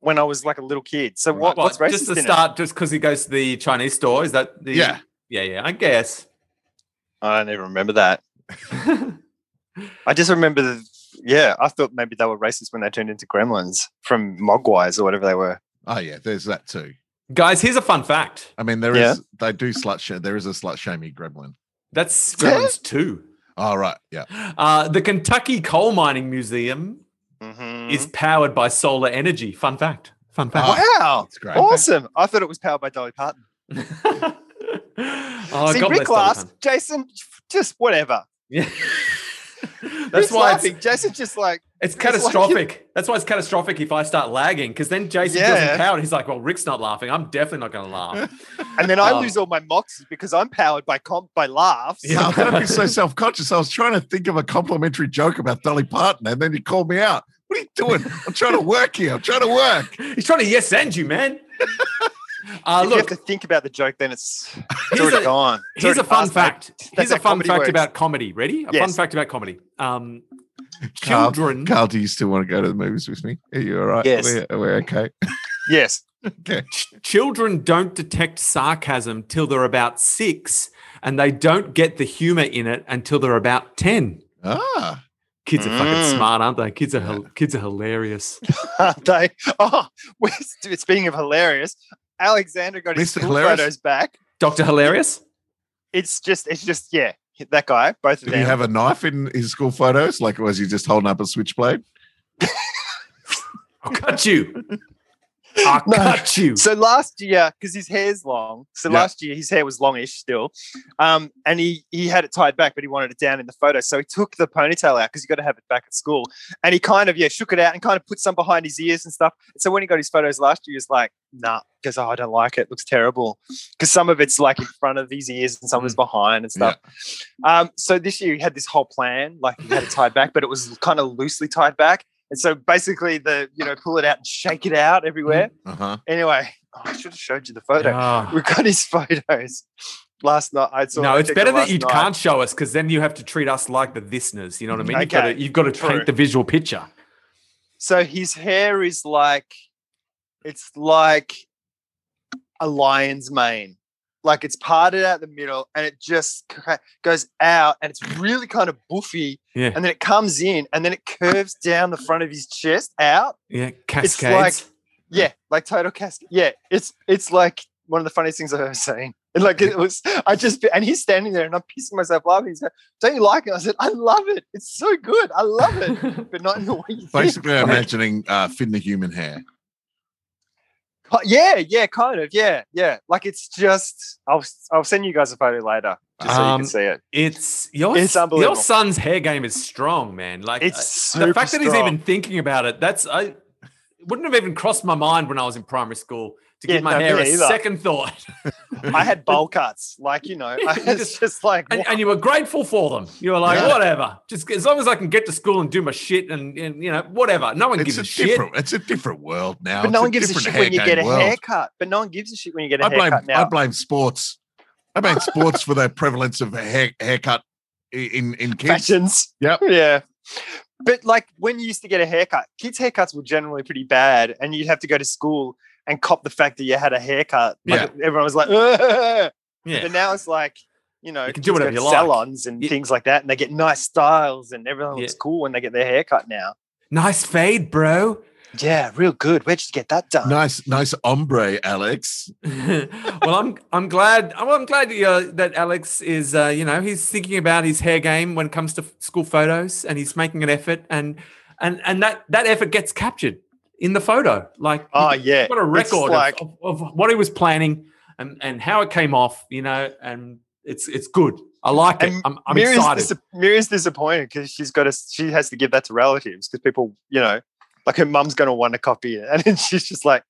Speaker 4: when I was like a little kid. So what,
Speaker 3: Well,
Speaker 4: what's racist
Speaker 3: just to
Speaker 4: in it?
Speaker 3: start, just because he goes to the Chinese store, is that the
Speaker 1: Yeah.
Speaker 3: yeah, yeah? I guess.
Speaker 4: I don't even remember that. I just remember, the, yeah, I thought maybe they were racist when they turned into gremlins from Mogwais or whatever they were.
Speaker 1: Oh yeah, there's that too.
Speaker 3: Guys, here's a fun fact.
Speaker 1: I mean, there is
Speaker 4: Yeah.
Speaker 1: they do slut shame. There is a slut shamey gremlin.
Speaker 3: That's Gremlins two.
Speaker 1: Oh right, yeah.
Speaker 3: Uh, the Kentucky Coal Mining Museum
Speaker 4: Mhm.
Speaker 3: is powered by solar energy. Fun fact. Fun fact.
Speaker 4: wow,
Speaker 1: It's great.
Speaker 4: awesome! I thought it was powered by Dolly Parton.
Speaker 3: oh,
Speaker 4: See,
Speaker 3: God bless
Speaker 4: Rick
Speaker 3: Donald
Speaker 4: laughs.
Speaker 3: Trump.
Speaker 4: Jason, just whatever.
Speaker 3: Yeah. That's
Speaker 4: Rick's
Speaker 3: why
Speaker 4: laughing.
Speaker 3: it's,
Speaker 4: Jason just like
Speaker 3: it's
Speaker 4: like-
Speaker 3: catastrophic. That's why it's catastrophic if I start lagging because then Jason
Speaker 4: Yeah.
Speaker 3: doesn't count. He's like, well, Rick's not laughing. I'm definitely not going to laugh.
Speaker 4: And then I
Speaker 3: Oh.
Speaker 4: lose all my moxie because I'm powered by comp by laughs.
Speaker 1: Yeah, I'm gonna be so self conscious. I was trying to think of a complimentary joke about Dolly Parton, and then you called me out. What are you doing? I'm trying to work here. I'm trying to work.
Speaker 3: He's trying to yes and you, man. Uh,
Speaker 4: if you have
Speaker 3: look,
Speaker 4: to think about the joke, then it's, it's
Speaker 3: Here's
Speaker 4: already
Speaker 3: a-
Speaker 4: gone. It's
Speaker 3: here's a
Speaker 4: already
Speaker 3: fun
Speaker 4: past that-
Speaker 3: fact. Here's
Speaker 4: how
Speaker 3: a fun
Speaker 4: comedy
Speaker 3: fact
Speaker 4: works.
Speaker 3: about comedy. Ready? A fun
Speaker 4: Yes. Oh.
Speaker 3: fact about comedy. Um,
Speaker 1: Carl-
Speaker 3: children.
Speaker 1: Carl, do you still want to go to the movies with me? Are you all right?
Speaker 4: Yes.
Speaker 1: We're, we're okay.
Speaker 4: Yes.
Speaker 3: Ch- children don't detect sarcasm till they're about six, and they don't get the humor in it until they're about ten.
Speaker 1: Ah,
Speaker 3: Kids are
Speaker 4: Mm.
Speaker 3: fucking smart, aren't they? Kids are hil- kids are hilarious.
Speaker 4: Aren't they? Oh, we- speaking of hilarious, Alexander got his
Speaker 1: Mr.
Speaker 4: school
Speaker 1: Hilarious?
Speaker 4: photos back.
Speaker 3: Doctor Hilarious.
Speaker 4: It's just, it's just, yeah, that guy, both of
Speaker 1: did
Speaker 4: them.
Speaker 1: he have a knife in his school photos? Like, was he just holding up a switchblade?
Speaker 3: I'll cut you. I'll
Speaker 4: No.
Speaker 3: cut you.
Speaker 4: so last year, because his hair's long, so
Speaker 1: Yeah.
Speaker 4: last year his hair was longish still, um, and he he had it tied back, but he wanted it down in the photo, so he took the ponytail out because you got to have it back at school, and he kind of yeah shook it out and kind of put some behind his ears and stuff. So when he got his photos last year, he was like, nah, because oh, I don't like it, looks terrible, because some of it's like in front of his ears and some is behind and stuff. Um, so this year he had this whole plan, like he had it tied back, but it was kind of loosely tied back. And so basically, the you know pull it out and shake it out everywhere.
Speaker 1: Uh huh.
Speaker 4: Anyway, oh, I should have showed you the photo.
Speaker 3: Ah.
Speaker 4: We got his photos last night. I saw
Speaker 3: no,
Speaker 4: I
Speaker 3: it's
Speaker 4: checked
Speaker 3: better
Speaker 4: it
Speaker 3: that
Speaker 4: last
Speaker 3: you
Speaker 4: night.
Speaker 3: can't show us because then you have to treat us like the listeners. You know what I mean? You've got
Speaker 4: Okay.
Speaker 3: to, you've got to
Speaker 4: True.
Speaker 3: paint the visual picture.
Speaker 4: So his hair is like, it's like a lion's mane. Like it's parted out the middle and it just ca- goes out and it's really kind of boofy
Speaker 3: Yeah,
Speaker 4: and then it comes in and then it curves down the front of his chest out.
Speaker 3: yeah.
Speaker 4: It's
Speaker 3: Cascades.
Speaker 4: Yeah, like total casket. Yeah, it's it's like one of the funniest things I've ever seen. And like it was, I just and he's standing there and I'm pissing myself laughing. He's like, "Don't you like it?" I said, "I love it. It's so good. I love it, but not in the way you think."
Speaker 1: Basically, I'm imagining uh, Finn the human hair.
Speaker 4: Ki- Yeah, yeah, kind of. Yeah, yeah. Like it's just. I'll I'll send you guys a photo later just so you
Speaker 3: Um,
Speaker 4: can see it.
Speaker 3: It's your
Speaker 4: It's
Speaker 3: your
Speaker 4: unbelievable.
Speaker 3: son's hair game is strong, man. Like
Speaker 4: It's
Speaker 3: uh, the
Speaker 4: super
Speaker 3: fact that he's
Speaker 4: strong.
Speaker 3: even thinking about it. That's I wouldn't have even crossed my mind when I was in primary school to
Speaker 4: Yeah,
Speaker 3: give my
Speaker 4: no, me
Speaker 3: hair a
Speaker 4: either.
Speaker 3: second thought.
Speaker 4: I had bowl cuts. Like you know, I was just like.
Speaker 3: And, and you were grateful for them. You were like,
Speaker 1: Yeah.
Speaker 3: whatever. Just as long as I can get to school and do my shit, and, and you know, whatever. No one
Speaker 1: It's
Speaker 3: gives
Speaker 1: a,
Speaker 3: a shit.
Speaker 1: different. It's a different world now.
Speaker 4: but
Speaker 1: It's
Speaker 4: no one gives a
Speaker 1: different
Speaker 4: shit when you
Speaker 1: haircut
Speaker 4: get a
Speaker 1: world.
Speaker 4: haircut. But no one gives a shit when you get a
Speaker 1: I blame.
Speaker 4: haircut
Speaker 1: I
Speaker 4: now.
Speaker 1: blame sports. I blame sports for the prevalence of hair, haircut i- in in kids.
Speaker 4: fashions.
Speaker 1: Yep.
Speaker 4: Yeah. But like when you used to get a haircut, kids' haircuts were generally pretty bad, and you'd have to go to school and cop the fact that you had a haircut. Like, Everyone was like, "Ugh."
Speaker 3: Yeah.
Speaker 4: but now it's like, you know,
Speaker 3: You can do
Speaker 4: kids go
Speaker 3: whatever
Speaker 4: to
Speaker 3: you like.
Speaker 4: salons and
Speaker 3: Yeah.
Speaker 4: things like that, and they get nice styles, and everyone
Speaker 3: Yeah.
Speaker 4: looks cool when they get their haircut now.
Speaker 3: Nice fade, bro.
Speaker 4: Yeah, real good. Where'd you get that done?
Speaker 1: Nice, nice ombre, Alex.
Speaker 3: well, I'm I'm glad. Well, I'm glad that, uh, that Alex is. Uh, you know, he's thinking about his hair game when it comes to f- school photos, and he's making an effort, and and and that that effort gets captured in the photo. Like,
Speaker 4: Oh yeah,
Speaker 3: what a
Speaker 4: It's
Speaker 3: record of-
Speaker 4: like-
Speaker 3: of, of, what he was planning and and how it came off. You know, and it's it's good. I like it.
Speaker 4: And
Speaker 3: I'm, I'm
Speaker 4: Miriam's
Speaker 3: excited.
Speaker 4: dis- Miriam's disappointed because she's got to. She has to give that to relatives because people, you know, like her mum's going to want to copy it, and then she's just like,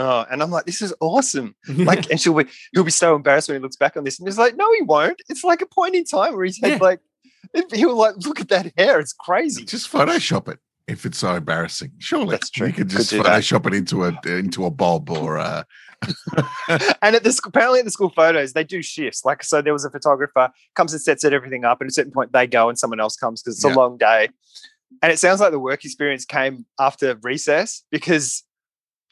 Speaker 4: "Oh," and I'm like, "This is awesome!" Like, and she'll be, he'll be so embarrassed when he looks back on this, and he's like, "No, he won't." It's like a point in time where he's had
Speaker 3: Yeah.
Speaker 4: like, he'll like, look at that hair, it's crazy.
Speaker 1: Just Photoshop it if it's so embarrassing. Surely
Speaker 4: That's true.
Speaker 1: You could
Speaker 4: Could
Speaker 1: just
Speaker 4: do that.
Speaker 1: Photoshop it into a into a bob or uh, a
Speaker 4: and at this, apparently at the school photos, they do shifts. Like, so there was a photographer comes and sets everything up, and at a certain point they go, and someone else comes because it's
Speaker 1: Yeah.
Speaker 4: a long day. And it sounds like the work experience came after recess because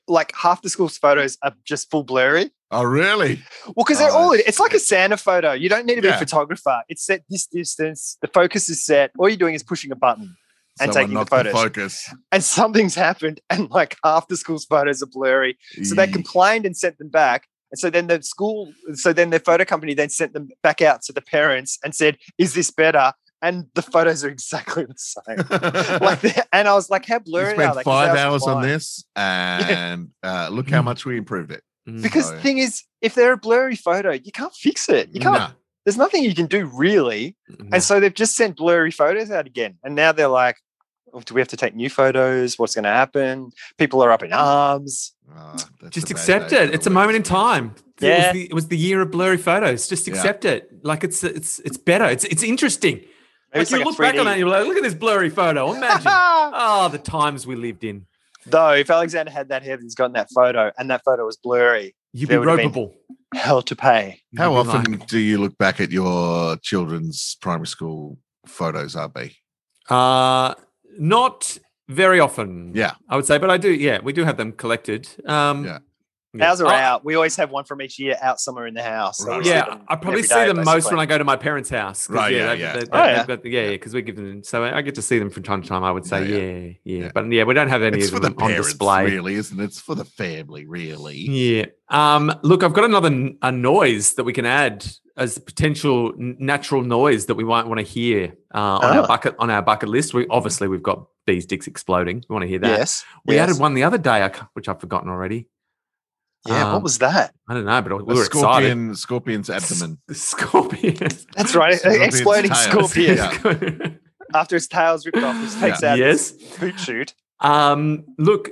Speaker 4: like half the school's photos are just full blurry.
Speaker 1: Oh, really?
Speaker 4: Well, because they're
Speaker 1: Oh,
Speaker 4: all it's like a Santa photo. You don't need to be
Speaker 1: Yeah.
Speaker 4: a photographer. It's set this distance, the focus is set. All you're doing is pushing a button And taking the
Speaker 1: knocked
Speaker 4: photos.
Speaker 1: focus.
Speaker 4: and something's happened and like half the school's photos are blurry. So they
Speaker 1: Eek.
Speaker 4: complained and sent them back. And so then the school, so then the photo company then sent them back out to the parents and said, "Is this better?" And the photos are exactly the same. like, the- and I was like, "How
Speaker 1: we
Speaker 4: blurry
Speaker 1: spent
Speaker 4: are they?" 'Cause
Speaker 1: five
Speaker 4: they were
Speaker 1: hours on
Speaker 4: blind.
Speaker 1: this, and uh, look how much we improved it.
Speaker 3: Mm.
Speaker 4: Because
Speaker 1: Oh,
Speaker 4: the
Speaker 1: yeah.
Speaker 4: thing is, if they're a blurry photo, you can't fix it. You can't.
Speaker 1: Nah.
Speaker 4: There's nothing you can do really. And so they've just sent blurry photos out again. And now they're like, oh, "Do we have to take new photos? What's going to happen?" People are up in arms.
Speaker 1: Ah, that's
Speaker 3: just
Speaker 1: a bad
Speaker 3: accept
Speaker 1: day for
Speaker 3: it.
Speaker 1: the
Speaker 3: It's a
Speaker 1: work
Speaker 3: moment in
Speaker 1: experience.
Speaker 3: time. It,
Speaker 4: Yeah.
Speaker 3: was the, it was the year of blurry photos. Just
Speaker 1: Yeah.
Speaker 3: accept it. Like it's it's it's better. It's it's interesting.
Speaker 4: Maybe
Speaker 3: Like
Speaker 4: it's
Speaker 3: you
Speaker 4: like a
Speaker 3: look back on
Speaker 4: 3D.
Speaker 3: it, you're like, look at this blurry photo. Imagine. Ah, the times we lived in.
Speaker 4: Though, if Alexander had that hair, he's gotten that photo, and that photo was blurry.
Speaker 3: You'd
Speaker 4: There
Speaker 3: be
Speaker 4: would've been-
Speaker 3: ropeable.
Speaker 4: Hell to pay.
Speaker 3: You'd
Speaker 1: How
Speaker 3: be
Speaker 1: often
Speaker 3: like-
Speaker 1: do you look back at your children's primary school photos, RB?
Speaker 3: Uh, not very often.
Speaker 1: Yeah.
Speaker 3: I would say, but I do. Yeah, we do have them collected. Um,
Speaker 1: Yeah.
Speaker 4: Ours are
Speaker 3: I-
Speaker 4: out. We always have one from each year out somewhere in the house.
Speaker 1: Right,
Speaker 4: we see
Speaker 3: Yeah,
Speaker 4: them
Speaker 3: I probably
Speaker 4: every
Speaker 3: see
Speaker 4: day,
Speaker 3: them most when
Speaker 4: basically.
Speaker 3: I go to my parents' house. 'cause,
Speaker 1: Right, yeah,
Speaker 3: they've-
Speaker 1: yeah.
Speaker 3: they've-
Speaker 4: Oh, yeah.
Speaker 3: they've got- yeah, because we give them. So I get to see them from time to time. I would say,
Speaker 1: Yeah,
Speaker 3: yeah,
Speaker 1: yeah.
Speaker 3: yeah,
Speaker 1: Yeah.
Speaker 3: But yeah, we don't have any
Speaker 1: It's for
Speaker 3: of
Speaker 1: the
Speaker 3: them on
Speaker 1: parents,
Speaker 3: display.
Speaker 1: really, isn't it? It's for the family, really.
Speaker 3: Yeah. Um, look, I've got another n- a noise that we can add as a potential n- natural noise that we might want to hear uh, on
Speaker 4: Ah.
Speaker 3: our bucket on our bucket list. We obviously we've got bees dicks exploding. We want to hear that.
Speaker 4: Yes.
Speaker 3: We
Speaker 4: yes.
Speaker 3: added one the other day, I ca- which I've forgotten already.
Speaker 4: Yeah.
Speaker 3: um,
Speaker 4: what was that?
Speaker 3: I don't know, but we
Speaker 1: The
Speaker 3: were excited.
Speaker 1: scorpion, scorpion's abdomen.
Speaker 3: The scorpion.
Speaker 4: That's right.
Speaker 1: Scorpion's
Speaker 4: Exploding
Speaker 1: tail.
Speaker 4: scorpion
Speaker 1: Yeah.
Speaker 4: after its tail's ripped off, which takes out its
Speaker 3: yes.
Speaker 4: boot shoot.
Speaker 3: Um, look,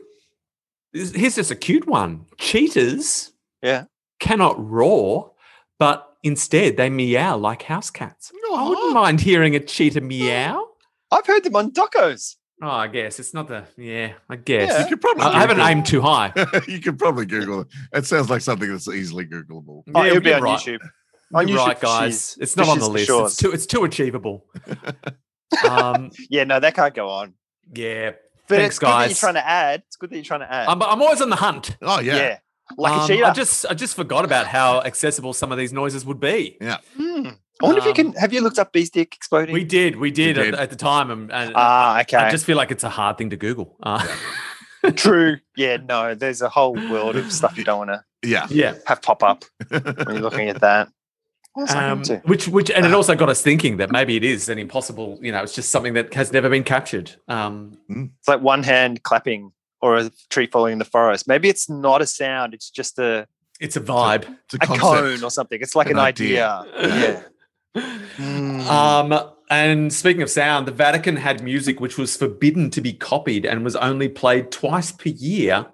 Speaker 3: this- here's just a cute one. Cheetahs,
Speaker 4: Yeah.
Speaker 3: cannot roar, but instead they meow like house cats. I wouldn't mind hearing a cheetah meow.
Speaker 4: Oh, I've heard them on docos.
Speaker 3: Oh, I guess it's not the yeah. I
Speaker 1: You
Speaker 3: guess
Speaker 1: could probably.
Speaker 3: Uh, I, I haven't
Speaker 1: Google-
Speaker 3: aimed too high.
Speaker 1: you could probably Google it. It sounds like something that's easily Googleable.
Speaker 4: Oh, it'll be
Speaker 3: you're
Speaker 4: on
Speaker 3: right.
Speaker 4: YouTube.
Speaker 3: You're
Speaker 4: On YouTube,
Speaker 3: right,
Speaker 4: for
Speaker 3: guys.
Speaker 4: shiz.
Speaker 3: It's
Speaker 4: For
Speaker 3: not on the
Speaker 4: shiz for
Speaker 3: list.
Speaker 4: sure.
Speaker 3: It's too. It's too achievable. um,
Speaker 4: Yeah, no, that can't go on.
Speaker 3: yeah.
Speaker 4: But
Speaker 3: Thanks,
Speaker 4: it's good that
Speaker 3: guys.
Speaker 4: you're trying to add. It's good that you're trying to add.
Speaker 3: I'm, I'm always on the hunt.
Speaker 1: Oh, yeah.
Speaker 4: yeah. Like
Speaker 3: Um,
Speaker 4: a Uh, cheetah.
Speaker 3: I just I just forgot about how accessible some of these noises would be.
Speaker 4: Hmm. I wonder if you
Speaker 3: Um,
Speaker 4: can. Have you looked up bees dick exploding?
Speaker 3: We did, we did,
Speaker 1: did.
Speaker 3: At, at the time, and, and
Speaker 4: ah, okay.
Speaker 3: I just feel like it's a hard thing to Google. Uh,
Speaker 4: True. Yeah, no, there's a whole world of stuff you don't want to
Speaker 1: Yeah.
Speaker 3: yeah.
Speaker 4: have pop up when you're looking at that. What was I Ah.
Speaker 3: Um,
Speaker 4: into?
Speaker 3: which, which, and it also got us thinking that maybe it is an impossible. You know, it's just something that has never been captured. Um,
Speaker 4: It's like one hand clapping or a tree falling in the forest. Maybe it's not a sound, it's just a,
Speaker 3: it's a vibe.
Speaker 1: It's a
Speaker 4: a
Speaker 1: concept.
Speaker 4: cone or something. It's like
Speaker 1: An
Speaker 4: an,
Speaker 1: idea.
Speaker 4: idea. Ah. Yeah.
Speaker 3: Um, and speaking of sound, the Vatican had music which was forbidden to be copied and was only played twice per year.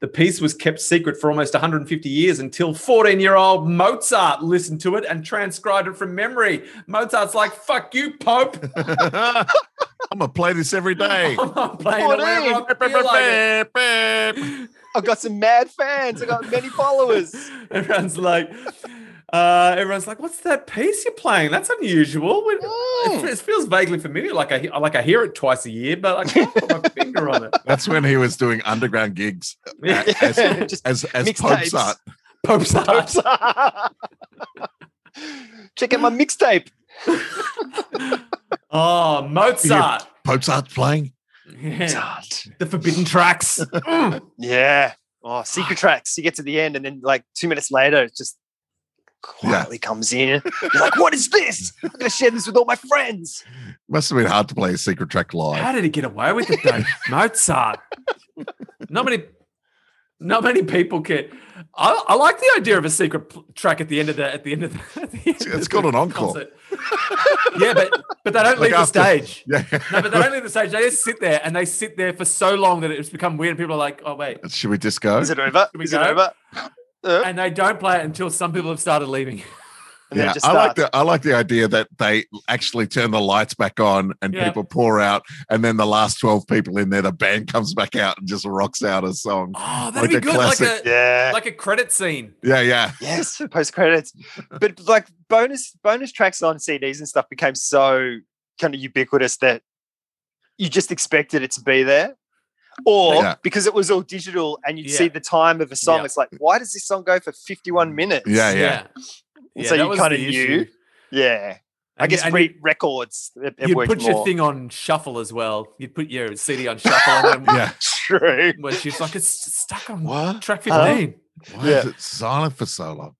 Speaker 3: The piece was kept secret for almost 150 years until 14 year old Mozart listened to it and transcribed it from memory. Mozart's like, fuck you, Pope.
Speaker 1: I'm going to play this every day.
Speaker 3: I'm playing it wherever I feel like it.
Speaker 4: I've got some mad fans. I've got many followers.
Speaker 3: Everyone's like, uh, everyone's like, what's that piece you're playing? That's unusual. We- It,
Speaker 4: Mm.
Speaker 3: fe- it feels vaguely familiar. Like I he- like I hear it twice a year, but I can't put my finger on it.
Speaker 1: That's when he was doing underground gigs
Speaker 3: Yeah.
Speaker 1: as
Speaker 4: Hmm. just
Speaker 1: as, as
Speaker 4: Mixtapes.
Speaker 1: Pope's art.
Speaker 3: Pope's art.
Speaker 4: hopes. Check out my mixtape.
Speaker 3: Oh, Mozart.
Speaker 1: Pope's art playing.
Speaker 3: Yeah. The forbidden tracks. Mm.
Speaker 4: Yeah.
Speaker 3: Ah.
Speaker 4: Oh, secret tracks. You get to the end, and then like two minutes later, it just quietly comes in. You're like, what is this? I'm gonna share this with all my friends.
Speaker 1: Must have been hard to play a secret track live.
Speaker 3: How did he get away with it though? Mozart. Not many not many people can. I, I like the idea of a secret pl- track at the end of the at the end of the, at the end
Speaker 1: It's-
Speaker 3: of
Speaker 1: it's
Speaker 3: the
Speaker 1: called an encore.
Speaker 3: concert. yeah, but but they don't
Speaker 1: Like
Speaker 3: leave the
Speaker 1: after-
Speaker 3: stage.
Speaker 1: Yeah.
Speaker 3: No, but they don't leave the stage. They just sit there and they sit there for so long that it's become weird. And people are like, oh, wait.
Speaker 1: Should we just go?
Speaker 4: Is it over?
Speaker 3: we
Speaker 4: Is
Speaker 3: go?
Speaker 4: it over? Uh,
Speaker 3: And they don't play it until some people have started leaving.
Speaker 4: and then it
Speaker 1: yeah,
Speaker 4: just
Speaker 1: I like
Speaker 4: starts.
Speaker 1: the I like the idea that they actually turn the lights back on and
Speaker 3: Yeah.
Speaker 1: people pour out, and then the last twelve people in there, the band comes back out and just rocks out a song.
Speaker 3: Oh, that'd
Speaker 1: Like
Speaker 3: be
Speaker 1: a
Speaker 3: good.
Speaker 1: classic.
Speaker 3: Like a
Speaker 4: Yeah.
Speaker 3: like a credit scene.
Speaker 1: Yeah, yeah,
Speaker 4: yes. Post credits, but like bonus bonus tracks on CDs and stuff became so kind of ubiquitous that you just expected it to be there. Or
Speaker 1: Yeah.
Speaker 4: because it was all digital and you'd see
Speaker 3: Yeah.
Speaker 4: the time of a song,
Speaker 3: Yeah. Mm.
Speaker 4: it's like, why does this song go for 51 minutes?
Speaker 1: Yeah, yeah.
Speaker 4: And so
Speaker 3: that
Speaker 4: you
Speaker 3: was
Speaker 4: kinda
Speaker 3: the
Speaker 4: knew.
Speaker 3: issue.
Speaker 4: Yeah. I
Speaker 3: And-
Speaker 4: guess
Speaker 3: and
Speaker 4: re- records, it, it
Speaker 3: you'd
Speaker 4: worked
Speaker 3: put
Speaker 4: more.
Speaker 3: your thing on shuffle as well. You'd put your CD on shuffle, and then
Speaker 1: Yeah.
Speaker 4: True.
Speaker 3: when she's like, "It's stuck on
Speaker 1: What?
Speaker 3: track
Speaker 4: Huh?
Speaker 3: 15.
Speaker 1: Why is
Speaker 4: Yeah.
Speaker 1: it silent for so long?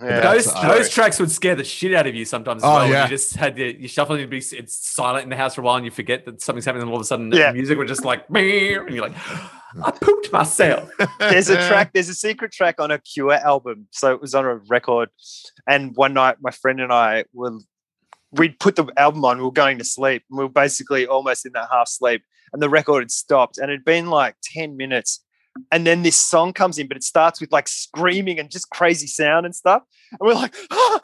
Speaker 4: Yeah.
Speaker 1: That's
Speaker 3: Those
Speaker 1: all
Speaker 3: those
Speaker 4: right.
Speaker 3: tracks would scare the shit out of you sometimes. As
Speaker 1: Oh,
Speaker 3: well. when
Speaker 1: yeah.
Speaker 3: You just had the you shuffle and you'd be it's silent in the house for a while, and you forget that something's happening, and all of a sudden
Speaker 4: Yeah.
Speaker 3: the music would just like, "Meow," and you're like, I pooped myself.
Speaker 4: there's a track, there's a secret track on a Cure album. So it was on a record. And one night, my friend and I were, we'd put the album on, we were going to sleep. And we were basically almost in that half sleep. And the record had stopped and it'd been like 10 minutes. And then this song comes in, but it starts with like screaming and just crazy sound and stuff. And we're like, ah,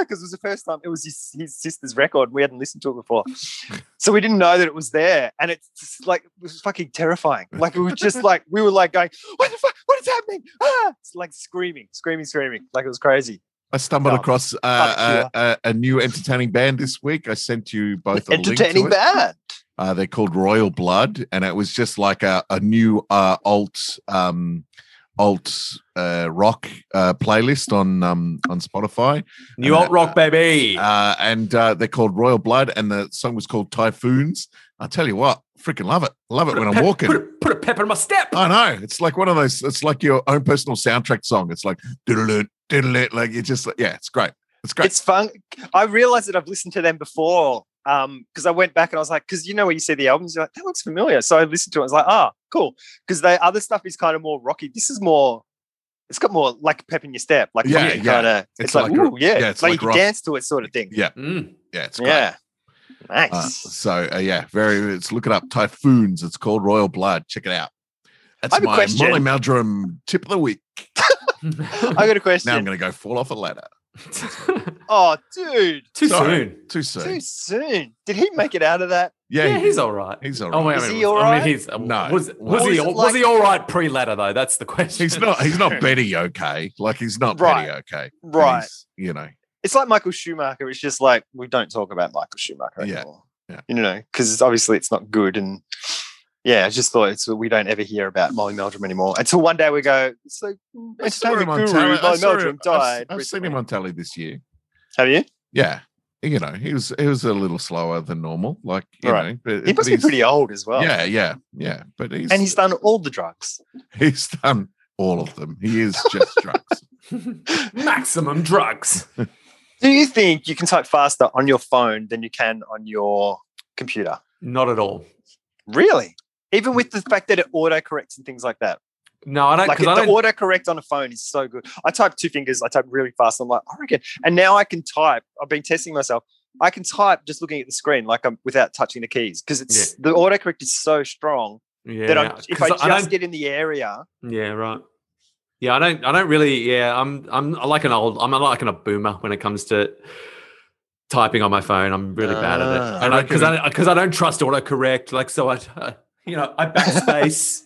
Speaker 4: because it was the first time it was his, his sister's record. We hadn't listened to it before. So we didn't know that it was there. And it's just, like, it was fucking terrifying. Like, it was just like, we were like going, what the fuck? What is happening? Ah! It's like screaming, screaming, screaming. Like it was crazy.
Speaker 1: I stumbled
Speaker 4: No.
Speaker 1: across uh,
Speaker 4: Oh, Fuck
Speaker 1: a, a, a new entertaining band this week. I sent you both a
Speaker 4: Entertaining
Speaker 1: link to it.
Speaker 4: band.
Speaker 1: Uh, they're called Royal Blood, and it was just like a, a new uh, alt um, alt uh, rock uh, playlist on um, on Spotify.
Speaker 3: New alt rock, baby.
Speaker 1: Uh, and uh, they're called Royal Blood, and the song was called Typhoons. I tell you what, freaking love it. Love it when I'm
Speaker 3: Pep-
Speaker 1: walking.
Speaker 3: Put a, put a pep in my step.
Speaker 1: I know. It's like one of those, it's like your own personal soundtrack song. It's like, diddle-it, diddle-it, like you just, like, yeah, it's great. It's great.
Speaker 4: It's fun. I realized that I've listened to them before. Um, because I went back and I was like, because you know when you see the albums, you're like, that looks familiar. So I listened to it. I was like, ah, cool. Because the other stuff is kind of more rocky. This is more. It's got more like pep in your step, like
Speaker 1: Yeah,
Speaker 4: kind
Speaker 1: yeah.
Speaker 4: of. It's,
Speaker 1: It's
Speaker 4: like,
Speaker 1: like a-
Speaker 4: ooh, yeah,
Speaker 1: yeah,
Speaker 4: it's
Speaker 1: it's
Speaker 4: like,
Speaker 1: like
Speaker 4: you
Speaker 1: rock.
Speaker 4: can dance to it, sort of thing.
Speaker 1: yeah,
Speaker 3: Mm.
Speaker 1: yeah, it's great.
Speaker 4: Yeah, nice.
Speaker 1: Uh, so uh, yeah, very. It's look it up. Typhoons. It's called Royal Blood. Check it out.
Speaker 4: I
Speaker 1: That's
Speaker 4: have a
Speaker 1: my
Speaker 4: question.
Speaker 1: Molly Meldrum tip of the week.
Speaker 4: I got a
Speaker 1: Now I'm
Speaker 4: question.
Speaker 1: going to go fall off a ladder.
Speaker 4: Oh, dude,
Speaker 3: Too
Speaker 1: Sorry.
Speaker 3: soon.
Speaker 1: Too soon.
Speaker 4: too soon. Did he make it out of that?
Speaker 1: Yeah,
Speaker 3: Yeah,
Speaker 1: he-
Speaker 3: he's all right.
Speaker 1: he's all right.
Speaker 3: Oh, wait,
Speaker 4: Is
Speaker 3: I mean,
Speaker 4: he all
Speaker 3: I
Speaker 4: right?
Speaker 3: mean, he's
Speaker 1: No.
Speaker 3: Was, was
Speaker 4: Or
Speaker 3: he
Speaker 4: is it
Speaker 3: all- was
Speaker 4: like-
Speaker 3: he all right pre ladder though? That's the question.
Speaker 1: He's not. He's not Betty okay. Like he's not
Speaker 4: Right.
Speaker 1: Betty okay. And
Speaker 4: Right.
Speaker 1: he's, You know.
Speaker 4: it's like Michael Schumacher. It's just like we don't talk about Michael Schumacher
Speaker 1: Yeah,
Speaker 4: anymore.
Speaker 1: yeah.
Speaker 4: You know, because obviously it's not good. And yeah, I just thought it's we don't ever hear about Molly Meldrum anymore until one day we go. It's like mm,
Speaker 1: I saw
Speaker 4: entertainment
Speaker 1: him on
Speaker 4: guru
Speaker 1: telly- I
Speaker 4: Molly
Speaker 1: saw
Speaker 4: Meldrum
Speaker 1: him- I've-
Speaker 4: died.
Speaker 1: I've seen
Speaker 4: recently."
Speaker 1: him on telly this year.
Speaker 4: Have you?
Speaker 1: Yeah. You know, he was he was a little slower than normal. Like you
Speaker 4: Right.
Speaker 1: know, but
Speaker 4: He must be
Speaker 1: he's-
Speaker 4: pretty old as well.
Speaker 1: Yeah, yeah, yeah. But he's
Speaker 4: and he's done all the drugs.
Speaker 1: he's done all of them. He is just drugs.
Speaker 3: Maximum drugs.
Speaker 4: Do you think you can type faster on your phone than you can on your computer?
Speaker 3: Not at all.
Speaker 4: Really? Even with the fact that it autocorrects and things like that.
Speaker 3: No, I don't.
Speaker 4: like
Speaker 3: Because
Speaker 4: the
Speaker 3: I don't.
Speaker 4: autocorrect on a phone is so good. I type two fingers, I type really fast. I'm like, I reckon. And now I can type. I've been testing myself. I can type just looking at the screen, like I'm without touching the keys, because it's the autocorrect is so strong
Speaker 3: yeah,
Speaker 4: that I'm, if I
Speaker 3: 'cause
Speaker 4: just
Speaker 3: I don't
Speaker 4: get in the area,
Speaker 3: Yeah, right. Yeah, I don't I don't really yeah, I'm I'm I like an old I'm like an a boomer when it comes to typing on my phone. I'm really bad at
Speaker 4: Ah.
Speaker 3: it. And I cuz I cuz I don't trust autocorrect like so I you know, I backspace.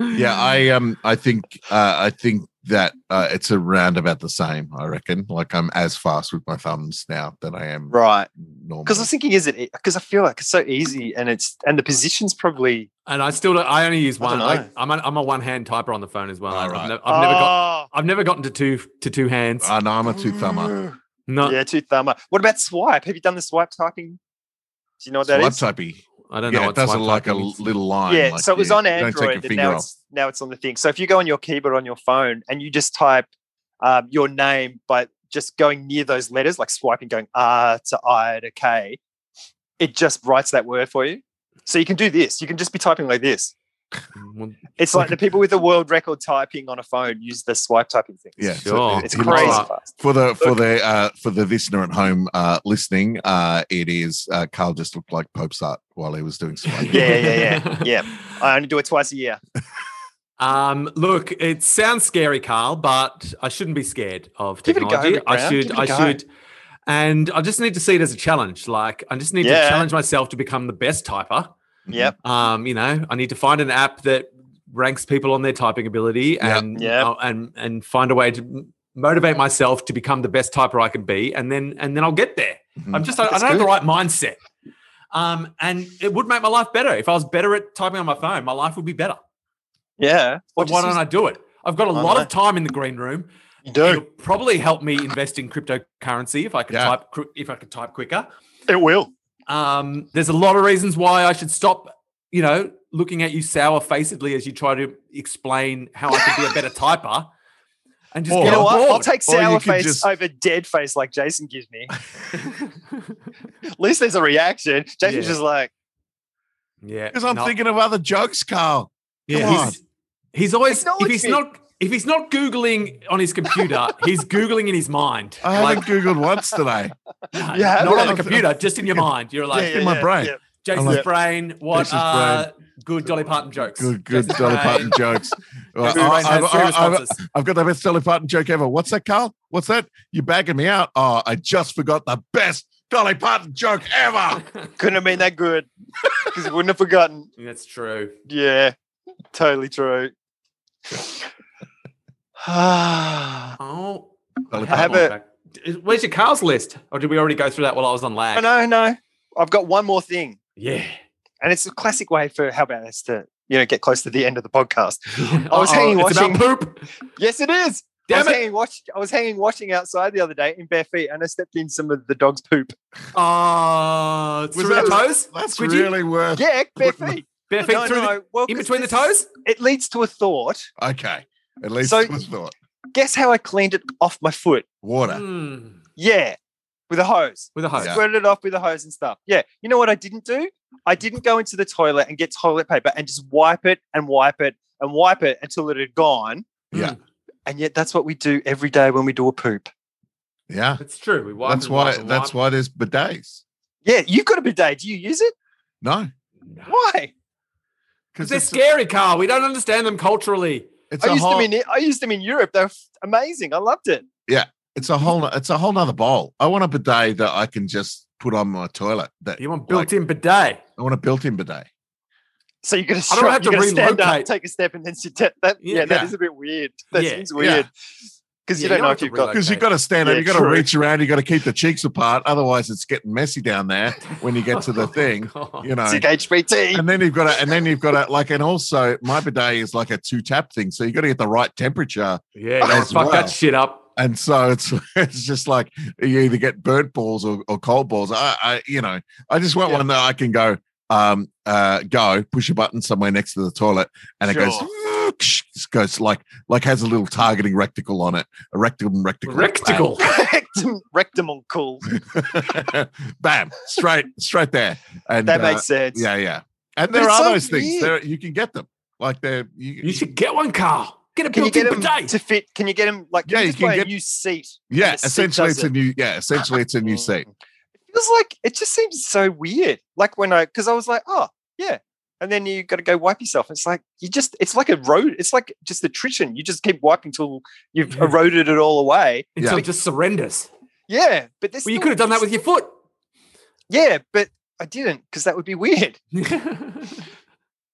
Speaker 1: yeah i um i think uh i think that uh it's around about the same i reckon like i'm as fast with my thumbs now than i am
Speaker 4: right?
Speaker 1: normally
Speaker 4: Because I was thinking, is it? Because I feel like it's so easy, and it's and the position's probably.
Speaker 3: And I still don't, I only use
Speaker 4: I don't
Speaker 3: one. I,
Speaker 4: know.
Speaker 3: I'm a, I'm a one-hand typer on the phone as well.
Speaker 1: Oh,
Speaker 3: I've,
Speaker 1: right.
Speaker 3: ne- I've never got
Speaker 4: got.
Speaker 3: I've never gotten to two to two hands.
Speaker 1: oh, no, i'm a two thumber
Speaker 4: Mm.
Speaker 3: no,
Speaker 4: Uh, Yeah, two thumber. What about swipe? Have you done the swipe typing? Do you know what that is?
Speaker 1: swipe typey
Speaker 3: I don't know
Speaker 1: yeah
Speaker 3: what
Speaker 1: it does it
Speaker 3: swipe
Speaker 1: like a
Speaker 3: typing is.
Speaker 1: little line
Speaker 4: Yeah,
Speaker 1: like
Speaker 4: so it was
Speaker 1: you-
Speaker 4: on
Speaker 1: you don't take your
Speaker 4: Android, and
Speaker 1: finger
Speaker 4: now
Speaker 1: off.
Speaker 4: it's now it's on the thing. So if you go on your keyboard on your phone and you just type um, your name, but just going near those letters, like swiping, going R to I to K, it just writes that word for you. So you can do this. You can just be typing like this.
Speaker 3: Well,
Speaker 4: It's like the people with the world record typing on a phone use the swipe typing thing.
Speaker 1: yeah
Speaker 3: Sure.
Speaker 1: it-
Speaker 4: it's
Speaker 1: it looks
Speaker 4: crazy
Speaker 1: like-
Speaker 4: fast.
Speaker 1: for the for the uh for the listener at home uh listening uh it is uh carl just looked like pope's art while he was doing swipe
Speaker 4: Yeah, yeah, yeah, I only do it twice a year.
Speaker 3: Um, look, it sounds scary, Carl, but I shouldn't be scared of
Speaker 4: Give it a go,
Speaker 3: technology.
Speaker 4: Rick
Speaker 3: I
Speaker 4: Brown.
Speaker 3: should,
Speaker 4: Give it a
Speaker 3: I
Speaker 4: go.
Speaker 3: should, and I just need to see it as a challenge. Like, I just need
Speaker 4: Yeah.
Speaker 3: to challenge myself to become the best typer.
Speaker 1: Mm-hmm.
Speaker 4: Yep.
Speaker 3: Um, you know, I need to find an app that ranks people on their typing ability,
Speaker 1: Yeah.
Speaker 3: and
Speaker 4: Yeah.
Speaker 3: uh, and and find a way to m- motivate myself to become the best typer I can be, and then and then I'll get there.
Speaker 1: Mhm.
Speaker 3: I'm just, I, I
Speaker 4: Mm. That's
Speaker 3: don't have the
Speaker 4: good.
Speaker 3: right mindset. Um, and it would make my life better. If I was better at typing on my phone, my life would be better.
Speaker 4: Yeah.
Speaker 3: But why don't I do it? I've got a
Speaker 4: I
Speaker 3: lot
Speaker 4: know.
Speaker 3: of time in the green room.
Speaker 4: You
Speaker 3: It'll probably help me invest in cryptocurrency if I could
Speaker 1: Yeah.
Speaker 3: type type cr- if I could type quicker.
Speaker 4: It will.
Speaker 3: Um, there's a lot of reasons why I should stop, you know, looking at you sour facedly as you try to explain how I could be a better typer and just
Speaker 1: Or-
Speaker 4: You
Speaker 3: get
Speaker 4: know
Speaker 3: on
Speaker 4: what? I'll
Speaker 3: board.
Speaker 4: take
Speaker 1: Or you
Speaker 4: sour
Speaker 1: could
Speaker 4: face
Speaker 1: just-
Speaker 4: over dead face like Jason gives me. At least there's a reaction. Jason's
Speaker 3: Yeah.
Speaker 4: just like,
Speaker 3: yeah.
Speaker 1: Because I'm
Speaker 3: no,
Speaker 1: thinking of other jokes, Carl.
Speaker 3: yeah,
Speaker 1: come
Speaker 3: he's, he's always if
Speaker 4: Acknowledge
Speaker 3: he's
Speaker 4: me.
Speaker 3: not if he's not googling on his computer, he's googling in his mind.
Speaker 1: I haven't Googled once today.
Speaker 3: no,
Speaker 4: Yeah,
Speaker 3: not on the
Speaker 1: I'm-
Speaker 3: computer, just in your mind. You're like
Speaker 1: in my brain.
Speaker 3: Jason's
Speaker 1: I'm like,
Speaker 3: brain. What
Speaker 1: Jason's
Speaker 3: are good Dolly Parton jokes?
Speaker 1: Good, good
Speaker 3: Jason's
Speaker 1: Dolly
Speaker 3: brain-
Speaker 1: Parton jokes. Well,
Speaker 3: Jason's
Speaker 1: I-
Speaker 3: brain
Speaker 1: I've,
Speaker 3: has three
Speaker 1: I've- I've-
Speaker 3: responses.
Speaker 1: I've got the best Dolly Parton joke ever. What's that, Carl? What's that? You're bagging me out. Oh, I just forgot the best Dolly Parton joke ever.
Speaker 4: couldn't have been that good because he wouldn't have forgotten.
Speaker 3: That's true.
Speaker 4: Yeah, totally true. I
Speaker 3: Oh,
Speaker 1: Dolly
Speaker 4: I have
Speaker 1: Parton.
Speaker 4: a-
Speaker 3: it. Where's your Carl's list? Or did we already go through that while I was on lag?
Speaker 4: know, no. I've got one more thing,
Speaker 3: Yeah.
Speaker 4: and it's a classic way for how about us to you know get close to the end of the podcast. I was
Speaker 3: Uh-oh,
Speaker 4: hanging
Speaker 3: Oh, it's
Speaker 4: watching.
Speaker 3: about poop.
Speaker 4: Yes, it is. I
Speaker 3: Damn
Speaker 4: was,
Speaker 3: it.
Speaker 4: hanging, watch, I was hanging watching outside the other day in bare feet, and I stepped in some of the dog's poop.
Speaker 3: Oh, through
Speaker 1: that-
Speaker 3: the toes?
Speaker 1: That's
Speaker 3: Squidgy?
Speaker 1: really worth.
Speaker 4: Yeah, bare
Speaker 1: What-
Speaker 4: feet.
Speaker 3: Bare feet
Speaker 4: No,
Speaker 3: through
Speaker 4: no,
Speaker 3: the,
Speaker 4: I- well,
Speaker 3: in
Speaker 4: 'cause
Speaker 3: between the
Speaker 4: this-
Speaker 3: toes?
Speaker 4: It leads to a thought.
Speaker 1: Okay. At least
Speaker 4: So-
Speaker 1: it was thought.
Speaker 4: Guess how I cleaned it off my foot?
Speaker 1: Water.
Speaker 3: Hmm,
Speaker 4: Yeah, with a hose.
Speaker 3: with a hose.
Speaker 1: Yeah.
Speaker 4: Squirted it off with a hose and stuff. Yeah. You know what I didn't do? I didn't go into the toilet and get toilet paper and just wipe it and wipe it and wipe it until it had gone.
Speaker 3: Hmm.
Speaker 1: Yeah.
Speaker 4: And yet that's what we do every day when we do a poop.
Speaker 1: Yeah.
Speaker 3: That's true. We wipe
Speaker 1: That's
Speaker 3: and wipe
Speaker 1: why.
Speaker 3: and
Speaker 1: That's
Speaker 3: wipe.
Speaker 1: why there's bidets.
Speaker 4: Yeah, you've got a bidet. Do you use it?
Speaker 1: No,
Speaker 3: No.
Speaker 4: Why?
Speaker 1: because
Speaker 3: They're
Speaker 1: it's,
Speaker 3: scary, Carl. We don't understand them culturally.
Speaker 1: it's
Speaker 4: I
Speaker 1: a
Speaker 4: used
Speaker 1: whole.
Speaker 4: them in E, I used them in Europe. They're f- amazing. I loved it.
Speaker 1: It's a whole. It's a whole nother bowl. I want a bidet that I can just put on my toilet. That
Speaker 3: You want built-in bidet.
Speaker 1: I want a built-in bidet.
Speaker 4: So you're gonna,
Speaker 3: I don't
Speaker 4: shrug-
Speaker 3: have
Speaker 4: you're
Speaker 3: to
Speaker 4: gonna stand up,
Speaker 3: relocate.
Speaker 4: take a step, and then sit down. That, yeah, that
Speaker 1: Yeah.
Speaker 4: is a bit weird. That
Speaker 3: Yeah,
Speaker 4: seems
Speaker 1: yeah.
Speaker 4: weird. Because
Speaker 3: Yeah,
Speaker 4: you don't
Speaker 3: you
Speaker 4: know
Speaker 3: don't
Speaker 4: if
Speaker 3: have
Speaker 4: you've
Speaker 3: to
Speaker 4: got
Speaker 1: Because
Speaker 3: Okay.
Speaker 1: you've got to stand up,
Speaker 4: Yeah,
Speaker 1: you've got to
Speaker 4: true.
Speaker 1: reach around, you've got to keep the cheeks apart. Otherwise, it's getting messy down there when you get to the thing,
Speaker 3: Oh, God.
Speaker 1: you know.
Speaker 4: sick HBT.
Speaker 1: And then you've got to, and then you've got to, like, and also my bidet is like a two tap thing. So you've got to get the right temperature.
Speaker 3: Yeah, don't
Speaker 1: As
Speaker 3: fuck
Speaker 1: well.
Speaker 3: that shit up.
Speaker 1: And so it's, it's just like you either get burnt balls or, or cold balls. I, I, you know, I just want
Speaker 4: Yeah.
Speaker 1: one that I can go, um, uh, go push a button somewhere next to the toilet and it
Speaker 4: Sure.
Speaker 1: goes, just goes like, like has a little targeting recticle on it, a rectum, recticle,
Speaker 3: Rectical.
Speaker 4: Rectum, rectum cool.
Speaker 1: bam, straight, straight there. And
Speaker 4: That
Speaker 1: uh,
Speaker 4: makes sense.
Speaker 1: yeah, yeah. And
Speaker 4: But
Speaker 1: there
Speaker 4: it's
Speaker 1: are
Speaker 4: so
Speaker 1: those things.
Speaker 4: weird.
Speaker 1: There you can get them. Like they're you,
Speaker 3: You should get one, Carl. Get a
Speaker 4: Can you get
Speaker 3: built-in
Speaker 4: him
Speaker 3: bidet.
Speaker 4: to fit? Can you get him like?
Speaker 1: Yeah,
Speaker 4: you
Speaker 1: you
Speaker 4: just
Speaker 1: can
Speaker 4: buy
Speaker 1: get-
Speaker 4: a new seat.
Speaker 1: yeah,
Speaker 4: the seat
Speaker 1: essentially
Speaker 4: does
Speaker 1: it's a
Speaker 4: it.
Speaker 1: new yeah, essentially it's a new seat.
Speaker 4: Mm. It was like it just seems so weird. Like when I, because I was like, oh yeah, and then you got to go wipe yourself. It's like you just, it's like a road. It's like just attrition. You just keep wiping till you've
Speaker 3: Yeah.
Speaker 4: eroded it all away.
Speaker 3: Until it just surrenders.
Speaker 4: Yeah, but this.
Speaker 3: Well, you could have done that with your foot.
Speaker 4: Yeah, but I didn't because that would be weird.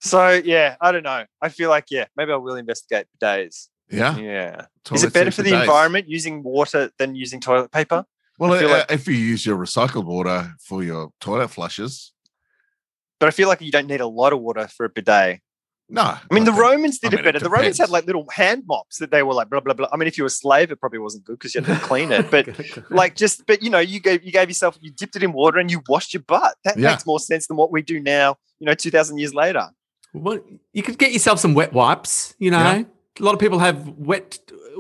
Speaker 4: So yeah, I don't know. I feel like yeah, maybe I will investigate days.
Speaker 1: Yeah.
Speaker 4: Yeah, is
Speaker 1: Ah, toilet
Speaker 4: it better
Speaker 1: seat
Speaker 4: for the
Speaker 1: bidets.
Speaker 4: environment using water than using toilet paper?
Speaker 1: Well,
Speaker 4: I feel
Speaker 1: uh,
Speaker 4: like-
Speaker 1: if you use your recycled water for your toilet flushes,
Speaker 4: But I feel like you don't need a lot of water for a bidet.
Speaker 1: no. uh,
Speaker 4: I mean, the
Speaker 1: think-
Speaker 4: Romans did
Speaker 1: I
Speaker 4: it
Speaker 1: mean, it
Speaker 4: better. the Romans had
Speaker 1: depends.
Speaker 4: like little hand mops that they were like blah blah blah. I mean, if you were a slave, it probably wasn't good because you had to clean it. But like, just but you know, you gave you gave yourself, you dipped it in water and you washed your butt. That
Speaker 1: Yeah.
Speaker 4: makes more sense than what we do now. You know, two thousand years later.
Speaker 3: Well, you could get yourself some wet wipes. You know,
Speaker 1: Yeah.
Speaker 3: a lot of people have wet,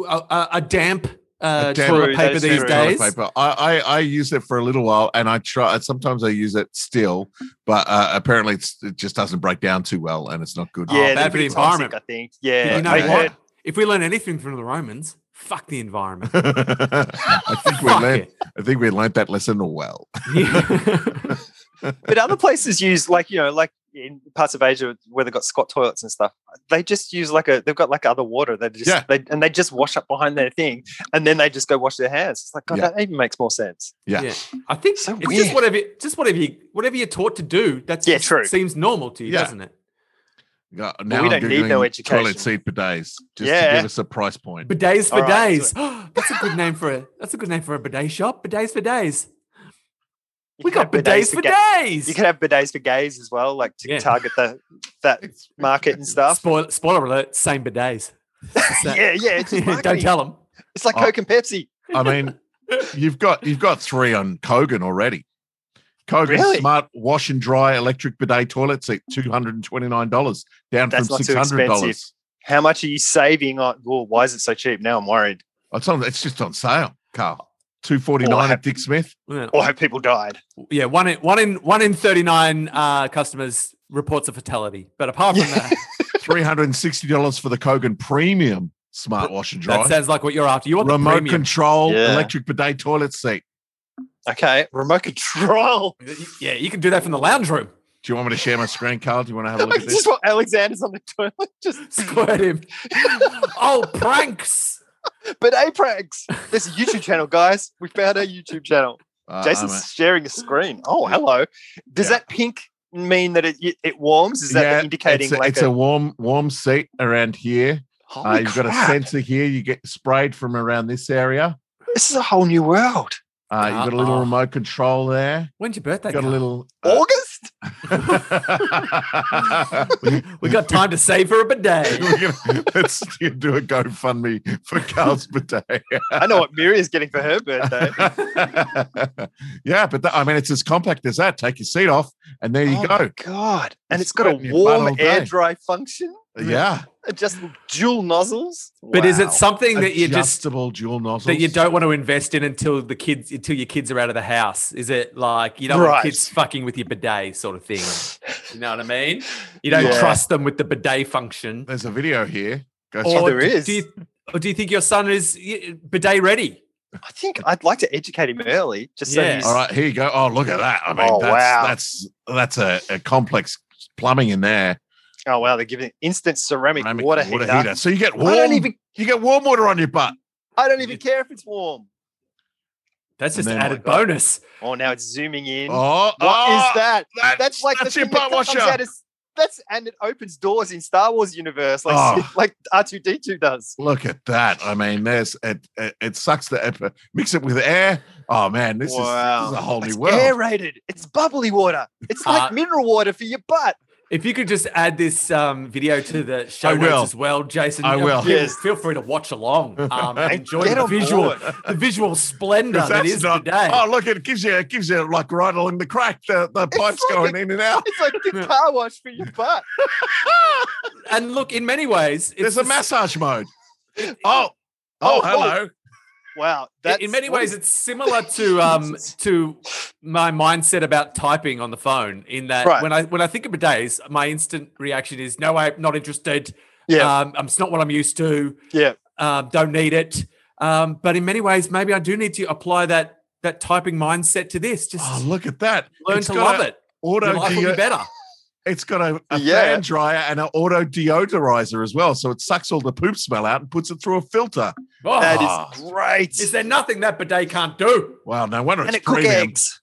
Speaker 3: uh, uh, a damp uh,
Speaker 1: damp-
Speaker 3: toilet
Speaker 4: True, that
Speaker 3: paper
Speaker 4: is
Speaker 3: these
Speaker 4: true.
Speaker 1: toilet
Speaker 3: days.
Speaker 1: paper. I, I I use it for a little while, and I try. Sometimes I use it still, but uh, apparently it's, it just doesn't break down too well, and it's not good.
Speaker 3: Oh,
Speaker 4: yeah,
Speaker 3: bad
Speaker 4: they're
Speaker 3: for
Speaker 4: pretty
Speaker 3: the
Speaker 4: toxic,
Speaker 3: environment.
Speaker 4: I think.
Speaker 3: But
Speaker 4: Yeah,
Speaker 3: you know
Speaker 4: I
Speaker 1: yeah.
Speaker 3: what?
Speaker 4: heard-
Speaker 3: If we learn anything from the Romans, fuck the environment.
Speaker 1: I think we
Speaker 3: Fuck
Speaker 1: learned.
Speaker 3: it.
Speaker 1: I think we learned that lesson well.
Speaker 3: Yeah.
Speaker 4: but other places use like you know, like in parts of Asia where they've got squat toilets and stuff. They just use like a they've got like other water. They just
Speaker 1: Yeah.
Speaker 4: they and they just wash up behind their thing and then they just go wash their hands. It's like God,
Speaker 1: Yeah.
Speaker 4: that even makes more sense.
Speaker 1: Yeah.
Speaker 3: I think
Speaker 4: So
Speaker 3: it's
Speaker 4: weird.
Speaker 3: just whatever, just whatever you, whatever you're taught to do. That's
Speaker 4: Yeah,
Speaker 3: just
Speaker 4: true.
Speaker 3: seems normal to you,
Speaker 1: Yeah.
Speaker 3: doesn't it?
Speaker 1: Yeah,
Speaker 4: we
Speaker 1: I'm
Speaker 4: don't need no
Speaker 1: Googling Toilet
Speaker 4: education.
Speaker 1: seat bidets, just to
Speaker 4: Yeah.
Speaker 1: give us a price point.
Speaker 3: Bidets for
Speaker 4: All right,
Speaker 3: days. that's a good name for a. That's a good name for a bidet shop. Bidets for days.
Speaker 4: You
Speaker 3: we
Speaker 4: can
Speaker 3: got
Speaker 4: have
Speaker 3: bidets for
Speaker 4: ga-
Speaker 3: days.
Speaker 4: You can have bidets for gays as well, like to
Speaker 3: Yeah.
Speaker 4: target the that market and stuff.
Speaker 3: Spoil, spoiler alert: same bidets.
Speaker 4: yeah, yeah. It's, just
Speaker 3: Don't
Speaker 4: marketing.
Speaker 3: tell them.
Speaker 4: it's like
Speaker 1: Oh.
Speaker 4: Coke and Pepsi.
Speaker 1: I mean, you've got you've got three on Kogan already. Kogan
Speaker 4: Really?
Speaker 1: smart wash and dry electric bidet toilet seat, two hundred and twenty nine dollars, down
Speaker 4: That's
Speaker 1: from
Speaker 4: not
Speaker 1: six
Speaker 4: too
Speaker 1: hundred
Speaker 4: expensive.
Speaker 1: dollars.
Speaker 4: How much are you saving on? Well, why is it so cheap now? I'm worried.
Speaker 1: It's on. It's just on sale, Carl. Two forty nine at Dick Smith.
Speaker 3: Yeah.
Speaker 4: Or have Oh, people died?
Speaker 3: Yeah, one in one in one in thirty nine uh, customers reports a fatality. But apart from
Speaker 4: Yeah.
Speaker 3: that,
Speaker 1: Three hundred and sixty dollars for the Kogan Premium smart wash and dry.
Speaker 3: that sounds like what you're after. You want the
Speaker 1: Remote
Speaker 3: premium.
Speaker 1: control
Speaker 4: Yeah.
Speaker 1: electric bidet toilet seat.
Speaker 4: Okay, remote control.
Speaker 3: yeah, you can do that from the lounge room.
Speaker 1: Do you want me to share my screen, Carl? Do you want to have a
Speaker 4: I
Speaker 1: look at
Speaker 4: just
Speaker 1: this?
Speaker 4: want Alexander's on the toilet. Just
Speaker 3: Squirt him. oh, pranks.
Speaker 4: but pranks. There's a YouTube channel, guys. We found our YouTube channel.
Speaker 1: Uh,
Speaker 4: Jason's
Speaker 1: I'm a-
Speaker 4: sharing a screen. Oh, hello. Does
Speaker 1: Yeah.
Speaker 4: that pink mean that it it warms? Is that
Speaker 1: Yeah,
Speaker 4: indicating
Speaker 1: it's a,
Speaker 4: like
Speaker 1: it's a warm warm seat around here.
Speaker 4: holy
Speaker 1: Uh, you've got a
Speaker 4: crap,
Speaker 1: sensor here. You get sprayed from around this area.
Speaker 4: This is a whole new world.
Speaker 1: Uh, you've got a little
Speaker 3: Uh-oh.
Speaker 1: remote control there.
Speaker 3: When's your birthday?
Speaker 1: You've got a
Speaker 3: Carl?
Speaker 1: little.
Speaker 4: August?
Speaker 1: uh,
Speaker 3: We got time to save for a bidet.
Speaker 1: We're gonna- Let's do a GoFundMe for Carl's bidet.
Speaker 4: I know what Miri is getting for her birthday.
Speaker 1: yeah, but that, I mean, it's as compact as that. Take your seat off, and there you
Speaker 4: Oh my
Speaker 1: go.
Speaker 4: God. And
Speaker 1: It's
Speaker 4: it's got a
Speaker 1: sweating your butt all
Speaker 4: warm
Speaker 1: day.
Speaker 4: air dry function.
Speaker 1: Yeah,
Speaker 4: Just dual nozzles.
Speaker 3: But is it
Speaker 4: Wow.
Speaker 3: something that you just
Speaker 1: adjustable dual nozzles
Speaker 3: that you don't want to invest in until the kids until your kids are out of the house? Is it like you don't
Speaker 4: Right.
Speaker 3: want kids fucking with your bidet sort of thing? You know what I mean? You don't
Speaker 4: Yeah.
Speaker 3: trust them with the bidet function.
Speaker 1: There's a video here. Go
Speaker 4: Oh,
Speaker 1: through
Speaker 4: there
Speaker 3: do-
Speaker 4: is.
Speaker 3: Do you, or do you think your son is y- bidet ready?
Speaker 4: I think I'd like to educate him early, just so
Speaker 3: Yeah.
Speaker 4: he's
Speaker 1: All right, here you go. Oh, look at that. I mean,
Speaker 4: Oh,
Speaker 1: that's,
Speaker 4: wow.
Speaker 1: that's that's a, a complex plumbing in there.
Speaker 4: oh wow, they're giving instant ceramic,
Speaker 1: Ceramic
Speaker 4: water, heater.
Speaker 1: So you get warm.
Speaker 4: I don't even
Speaker 1: you get warm water on your butt.
Speaker 4: I don't even care if it's warm.
Speaker 3: That's
Speaker 1: And
Speaker 3: just
Speaker 1: then-
Speaker 3: an added bonus.
Speaker 4: Oh now it's zooming in. What is
Speaker 1: Oh, oh,
Speaker 4: that?
Speaker 1: That's,
Speaker 4: That's like
Speaker 1: that's
Speaker 4: the
Speaker 1: your
Speaker 4: thing that
Speaker 1: butt
Speaker 4: comes
Speaker 1: washer.
Speaker 4: out as- that's and it opens doors in Star Wars universe, like
Speaker 1: Oh.
Speaker 4: like R two D two does.
Speaker 1: Look at that. I mean, there's it. It, it sucks the it- mix it with air. Oh man, this is this is a whole
Speaker 4: it's
Speaker 1: new world.
Speaker 4: aerated. It's bubbly water. It's like
Speaker 3: Uh,
Speaker 4: mineral water for your butt.
Speaker 3: If you could just add this um, video to the show
Speaker 1: I will.
Speaker 3: notes as well, Jason.
Speaker 1: I
Speaker 3: um,
Speaker 1: will.
Speaker 3: Feel,
Speaker 4: Yes.
Speaker 3: feel free to watch along. Um, and
Speaker 4: And
Speaker 3: enjoy
Speaker 4: get
Speaker 3: the
Speaker 4: on
Speaker 3: visual,
Speaker 4: board.
Speaker 3: the visual splendor
Speaker 1: 'Cause
Speaker 3: that
Speaker 1: that's
Speaker 3: is
Speaker 1: not-
Speaker 3: bidet.
Speaker 1: Oh look, it gives you it gives you like right along the crack. The, the pipes
Speaker 4: like
Speaker 1: going in and out.
Speaker 4: It's like the car wash for your butt.
Speaker 3: And look, in many ways, it's
Speaker 1: There's a
Speaker 3: the s-
Speaker 1: massage mode. Oh, oh,
Speaker 4: Oh,
Speaker 1: hello.
Speaker 4: Wow.
Speaker 3: in-
Speaker 4: That's,
Speaker 3: in many
Speaker 4: what
Speaker 3: ways,
Speaker 4: is-
Speaker 3: it's similar to um,
Speaker 4: Jesus.
Speaker 3: to my mindset about typing on the phone. In that,
Speaker 4: Right.
Speaker 3: when I when I think of bidets, my instant reaction is no way, not interested.
Speaker 4: yeah,
Speaker 3: Um, um, it's not what I'm used to.
Speaker 4: yeah.
Speaker 3: Um, don't need it. Um, but in many ways, maybe I do need to apply that that typing mindset to this. Just
Speaker 1: Oh, look at that.
Speaker 3: learn
Speaker 1: It's
Speaker 3: to
Speaker 1: got
Speaker 3: love
Speaker 1: a
Speaker 3: it. Your
Speaker 1: Auto
Speaker 3: life will be
Speaker 1: de-
Speaker 3: better.
Speaker 1: it's got a, a
Speaker 4: Yeah.
Speaker 1: fan dryer and an auto deodorizer as well. So it sucks all the poop smell out and puts it through a filter.
Speaker 3: Oh,
Speaker 4: That
Speaker 1: Ah.
Speaker 4: is great.
Speaker 3: is there nothing that bidet can't do?
Speaker 1: Wow, no wonder
Speaker 4: and
Speaker 1: it's
Speaker 4: it cook
Speaker 1: premium.
Speaker 4: eggs.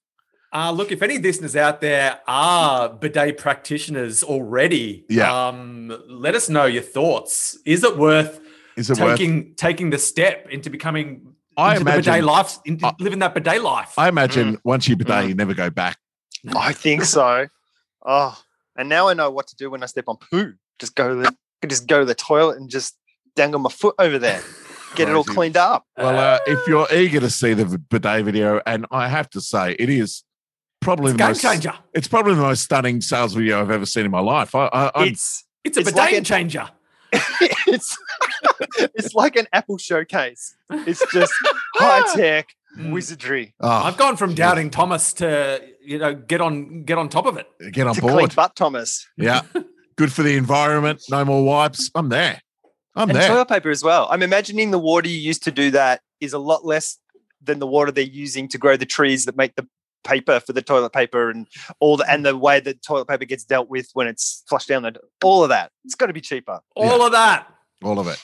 Speaker 3: Uh, look, if any listeners out there are bidet practitioners already,
Speaker 1: Yeah.
Speaker 3: um, let us know your thoughts. Is it worth
Speaker 1: Is it worth
Speaker 3: taking taking the step into becoming
Speaker 1: I
Speaker 3: into the bidet
Speaker 1: imagine,
Speaker 3: life, into
Speaker 1: I-
Speaker 3: living that bidet life?
Speaker 1: I imagine once you bidet, you never go back.
Speaker 4: I think so. Oh, and now I know what to do when I step on poo. Just go to the, I just go to the toilet and just dangle my foot over there. Get it all
Speaker 1: Crazy.
Speaker 4: cleaned up.
Speaker 1: Well, uh, if you're eager to see the bidet video, and I have to say, it is probably
Speaker 3: it's a
Speaker 1: the
Speaker 3: game
Speaker 1: most,
Speaker 3: changer.
Speaker 1: it's probably the most stunning sales video I've ever seen in my life. I, I, I'm,
Speaker 4: It's
Speaker 3: It's a
Speaker 4: it's
Speaker 3: bidet
Speaker 4: like a-
Speaker 3: changer.
Speaker 4: it's it's like an Apple showcase. It's just high tech
Speaker 3: Mm.
Speaker 4: wizardry
Speaker 1: oh,
Speaker 3: I've gone from
Speaker 1: Jeez.
Speaker 3: doubting Thomas to you know get on get on top of it.
Speaker 1: get on
Speaker 4: to clean
Speaker 1: board.
Speaker 4: butt, Thomas,
Speaker 1: Yeah. Good for the environment. No more wipes. I'm there. I'm
Speaker 4: and
Speaker 1: there.
Speaker 4: toilet paper as well. I'm imagining the water you use to do that is a lot less than the water they're using to grow the trees that make the paper for the toilet paper and all the and the way that toilet paper gets dealt with when it's flushed down the all of that. It's got to be cheaper.
Speaker 3: All of that.
Speaker 1: All of it.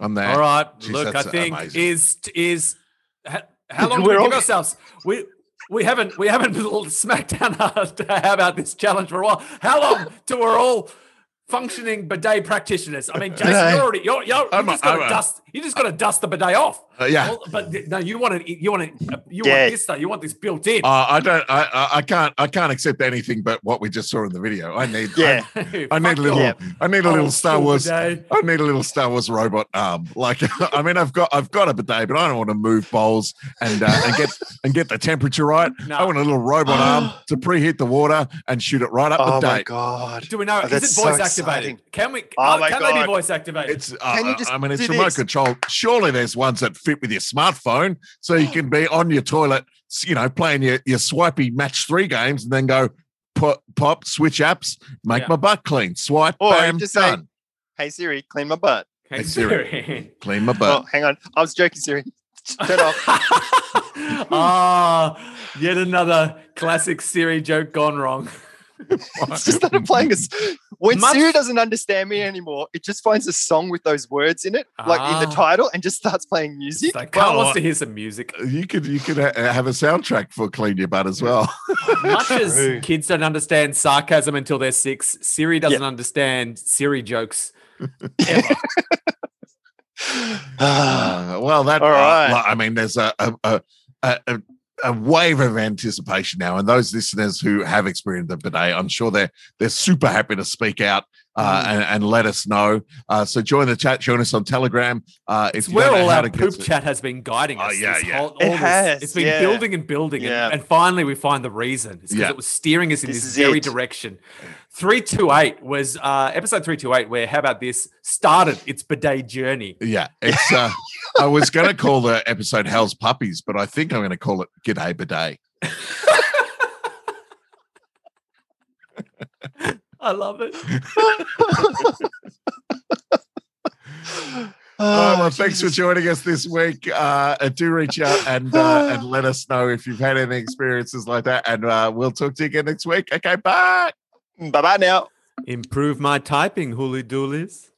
Speaker 1: I'm there.
Speaker 3: All right.
Speaker 1: Jeez,
Speaker 3: Look, I
Speaker 1: Eh, that's
Speaker 3: think
Speaker 1: amazing.
Speaker 3: is is ha- how long do
Speaker 4: We're
Speaker 3: we give
Speaker 4: all-
Speaker 3: ourselves? We we haven't we haven't smacked down our, how about this challenge for a while. How long till we're all functioning bidet practitioners. I mean, Jason, you're already you're, you're, you
Speaker 1: I'm a-
Speaker 3: just got
Speaker 1: I'm
Speaker 3: to
Speaker 1: a-
Speaker 3: dust you just got to dust the bidet off.
Speaker 1: Uh, yeah.
Speaker 3: Well, but th- no, you want it. You want it. You
Speaker 4: Yeah.
Speaker 3: want this though. You want this built in.
Speaker 1: Uh, I don't. I, I. I can't. I can't accept anything but what we just saw in the video. I need.
Speaker 4: Yeah.
Speaker 1: I, I need
Speaker 3: Fuck
Speaker 1: a
Speaker 3: Oh,
Speaker 1: little.
Speaker 3: your
Speaker 4: Yeah.
Speaker 1: I need a
Speaker 3: old
Speaker 1: little Star
Speaker 3: school
Speaker 1: Wars.
Speaker 3: bidet.
Speaker 1: I need a little Star Wars robot arm. Like, I mean, I've got. I've got a bidet, but I don't want to move bowls and uh, and get and get the temperature right.
Speaker 3: No.
Speaker 1: I want a little robot arm to preheat the water and shoot it right up
Speaker 4: Oh
Speaker 1: the
Speaker 4: my
Speaker 1: date.
Speaker 4: god.
Speaker 3: Do we know?
Speaker 4: Oh,
Speaker 3: is
Speaker 4: that's
Speaker 3: it
Speaker 4: so
Speaker 3: voice
Speaker 4: exciting.
Speaker 3: activated? Can we?
Speaker 4: Oh my
Speaker 3: can they be
Speaker 4: God.
Speaker 3: voice activated?
Speaker 1: It's. Uh,
Speaker 4: Can you just
Speaker 1: I mean, it's
Speaker 4: do
Speaker 1: remote
Speaker 4: this?
Speaker 1: control. Surely there's ones that fit with your smartphone, so you can be on your toilet. s- You know, playing your your swipey match three games, and then go. Pop, pop, switch apps, make
Speaker 3: Yeah.
Speaker 1: my butt clean, swipe,
Speaker 4: Or
Speaker 1: bam,
Speaker 4: just say-
Speaker 1: done.
Speaker 4: Hey Siri, clean my butt.
Speaker 3: Okay,
Speaker 1: Hey, Siri.
Speaker 3: Siri.
Speaker 1: Clean my
Speaker 4: Oh,
Speaker 1: butt.
Speaker 4: hang on. I was joking, Siri. Turn off.
Speaker 3: Ah, yet another classic Siri joke gone wrong.
Speaker 4: It's just that I'm playing us. When
Speaker 3: Much-
Speaker 4: Siri doesn't understand me anymore, it just finds a song with those words in it, like in
Speaker 3: Ah.
Speaker 4: the title, and just starts playing music.
Speaker 3: So Carl
Speaker 1: Well,
Speaker 3: wants
Speaker 1: I-
Speaker 3: to hear some music.
Speaker 1: You could you could ha- have a soundtrack for clean your butt as well.
Speaker 3: Much
Speaker 4: True.
Speaker 3: as kids don't understand sarcasm until they're six, Siri doesn't understand Siri jokes. ever.
Speaker 4: Ah,
Speaker 1: Uh, well, that
Speaker 4: All right.
Speaker 1: uh, I mean, there's a a, a a a- a wave of anticipation now, and those listeners who have experienced the bidet, I'm sure they're they're super happy to speak out.
Speaker 3: Mm.
Speaker 1: Uh, and, and let us know. Uh, so join the chat. Join us on Telegram. Uh, if
Speaker 3: it's
Speaker 1: you don't
Speaker 3: where
Speaker 1: know
Speaker 3: all
Speaker 1: how
Speaker 3: our
Speaker 1: to get
Speaker 3: poop
Speaker 1: to-
Speaker 3: chat has been guiding
Speaker 1: Oh,
Speaker 3: us.
Speaker 1: yeah,
Speaker 3: this
Speaker 1: yeah.
Speaker 3: whole-
Speaker 4: It
Speaker 3: all this.
Speaker 4: has,
Speaker 3: It's been
Speaker 4: yeah.
Speaker 3: building and building. And,
Speaker 4: Yeah.
Speaker 3: and finally, we find the reason. It's because
Speaker 1: Yeah.
Speaker 3: it was steering us in
Speaker 4: This
Speaker 3: this
Speaker 4: is
Speaker 3: very
Speaker 4: it.
Speaker 3: direction. 328 was uh, episode 328, where How About This started its bidet journey.
Speaker 1: Yeah, it's. Uh, I was going to call the episode "Hell's Puppies," but I think I'm going to call it "G'day Bidet."
Speaker 3: I love it.
Speaker 1: Oh,
Speaker 4: Oh,
Speaker 1: well, thanks for
Speaker 4: Jesus.
Speaker 1: joining us this week. Uh, uh, do reach out and uh, and let us know if you've had any experiences like that, and uh, we'll talk to you again next week. Okay, bye.
Speaker 4: Bye bye now.
Speaker 3: Improve my typing, hooly doolies.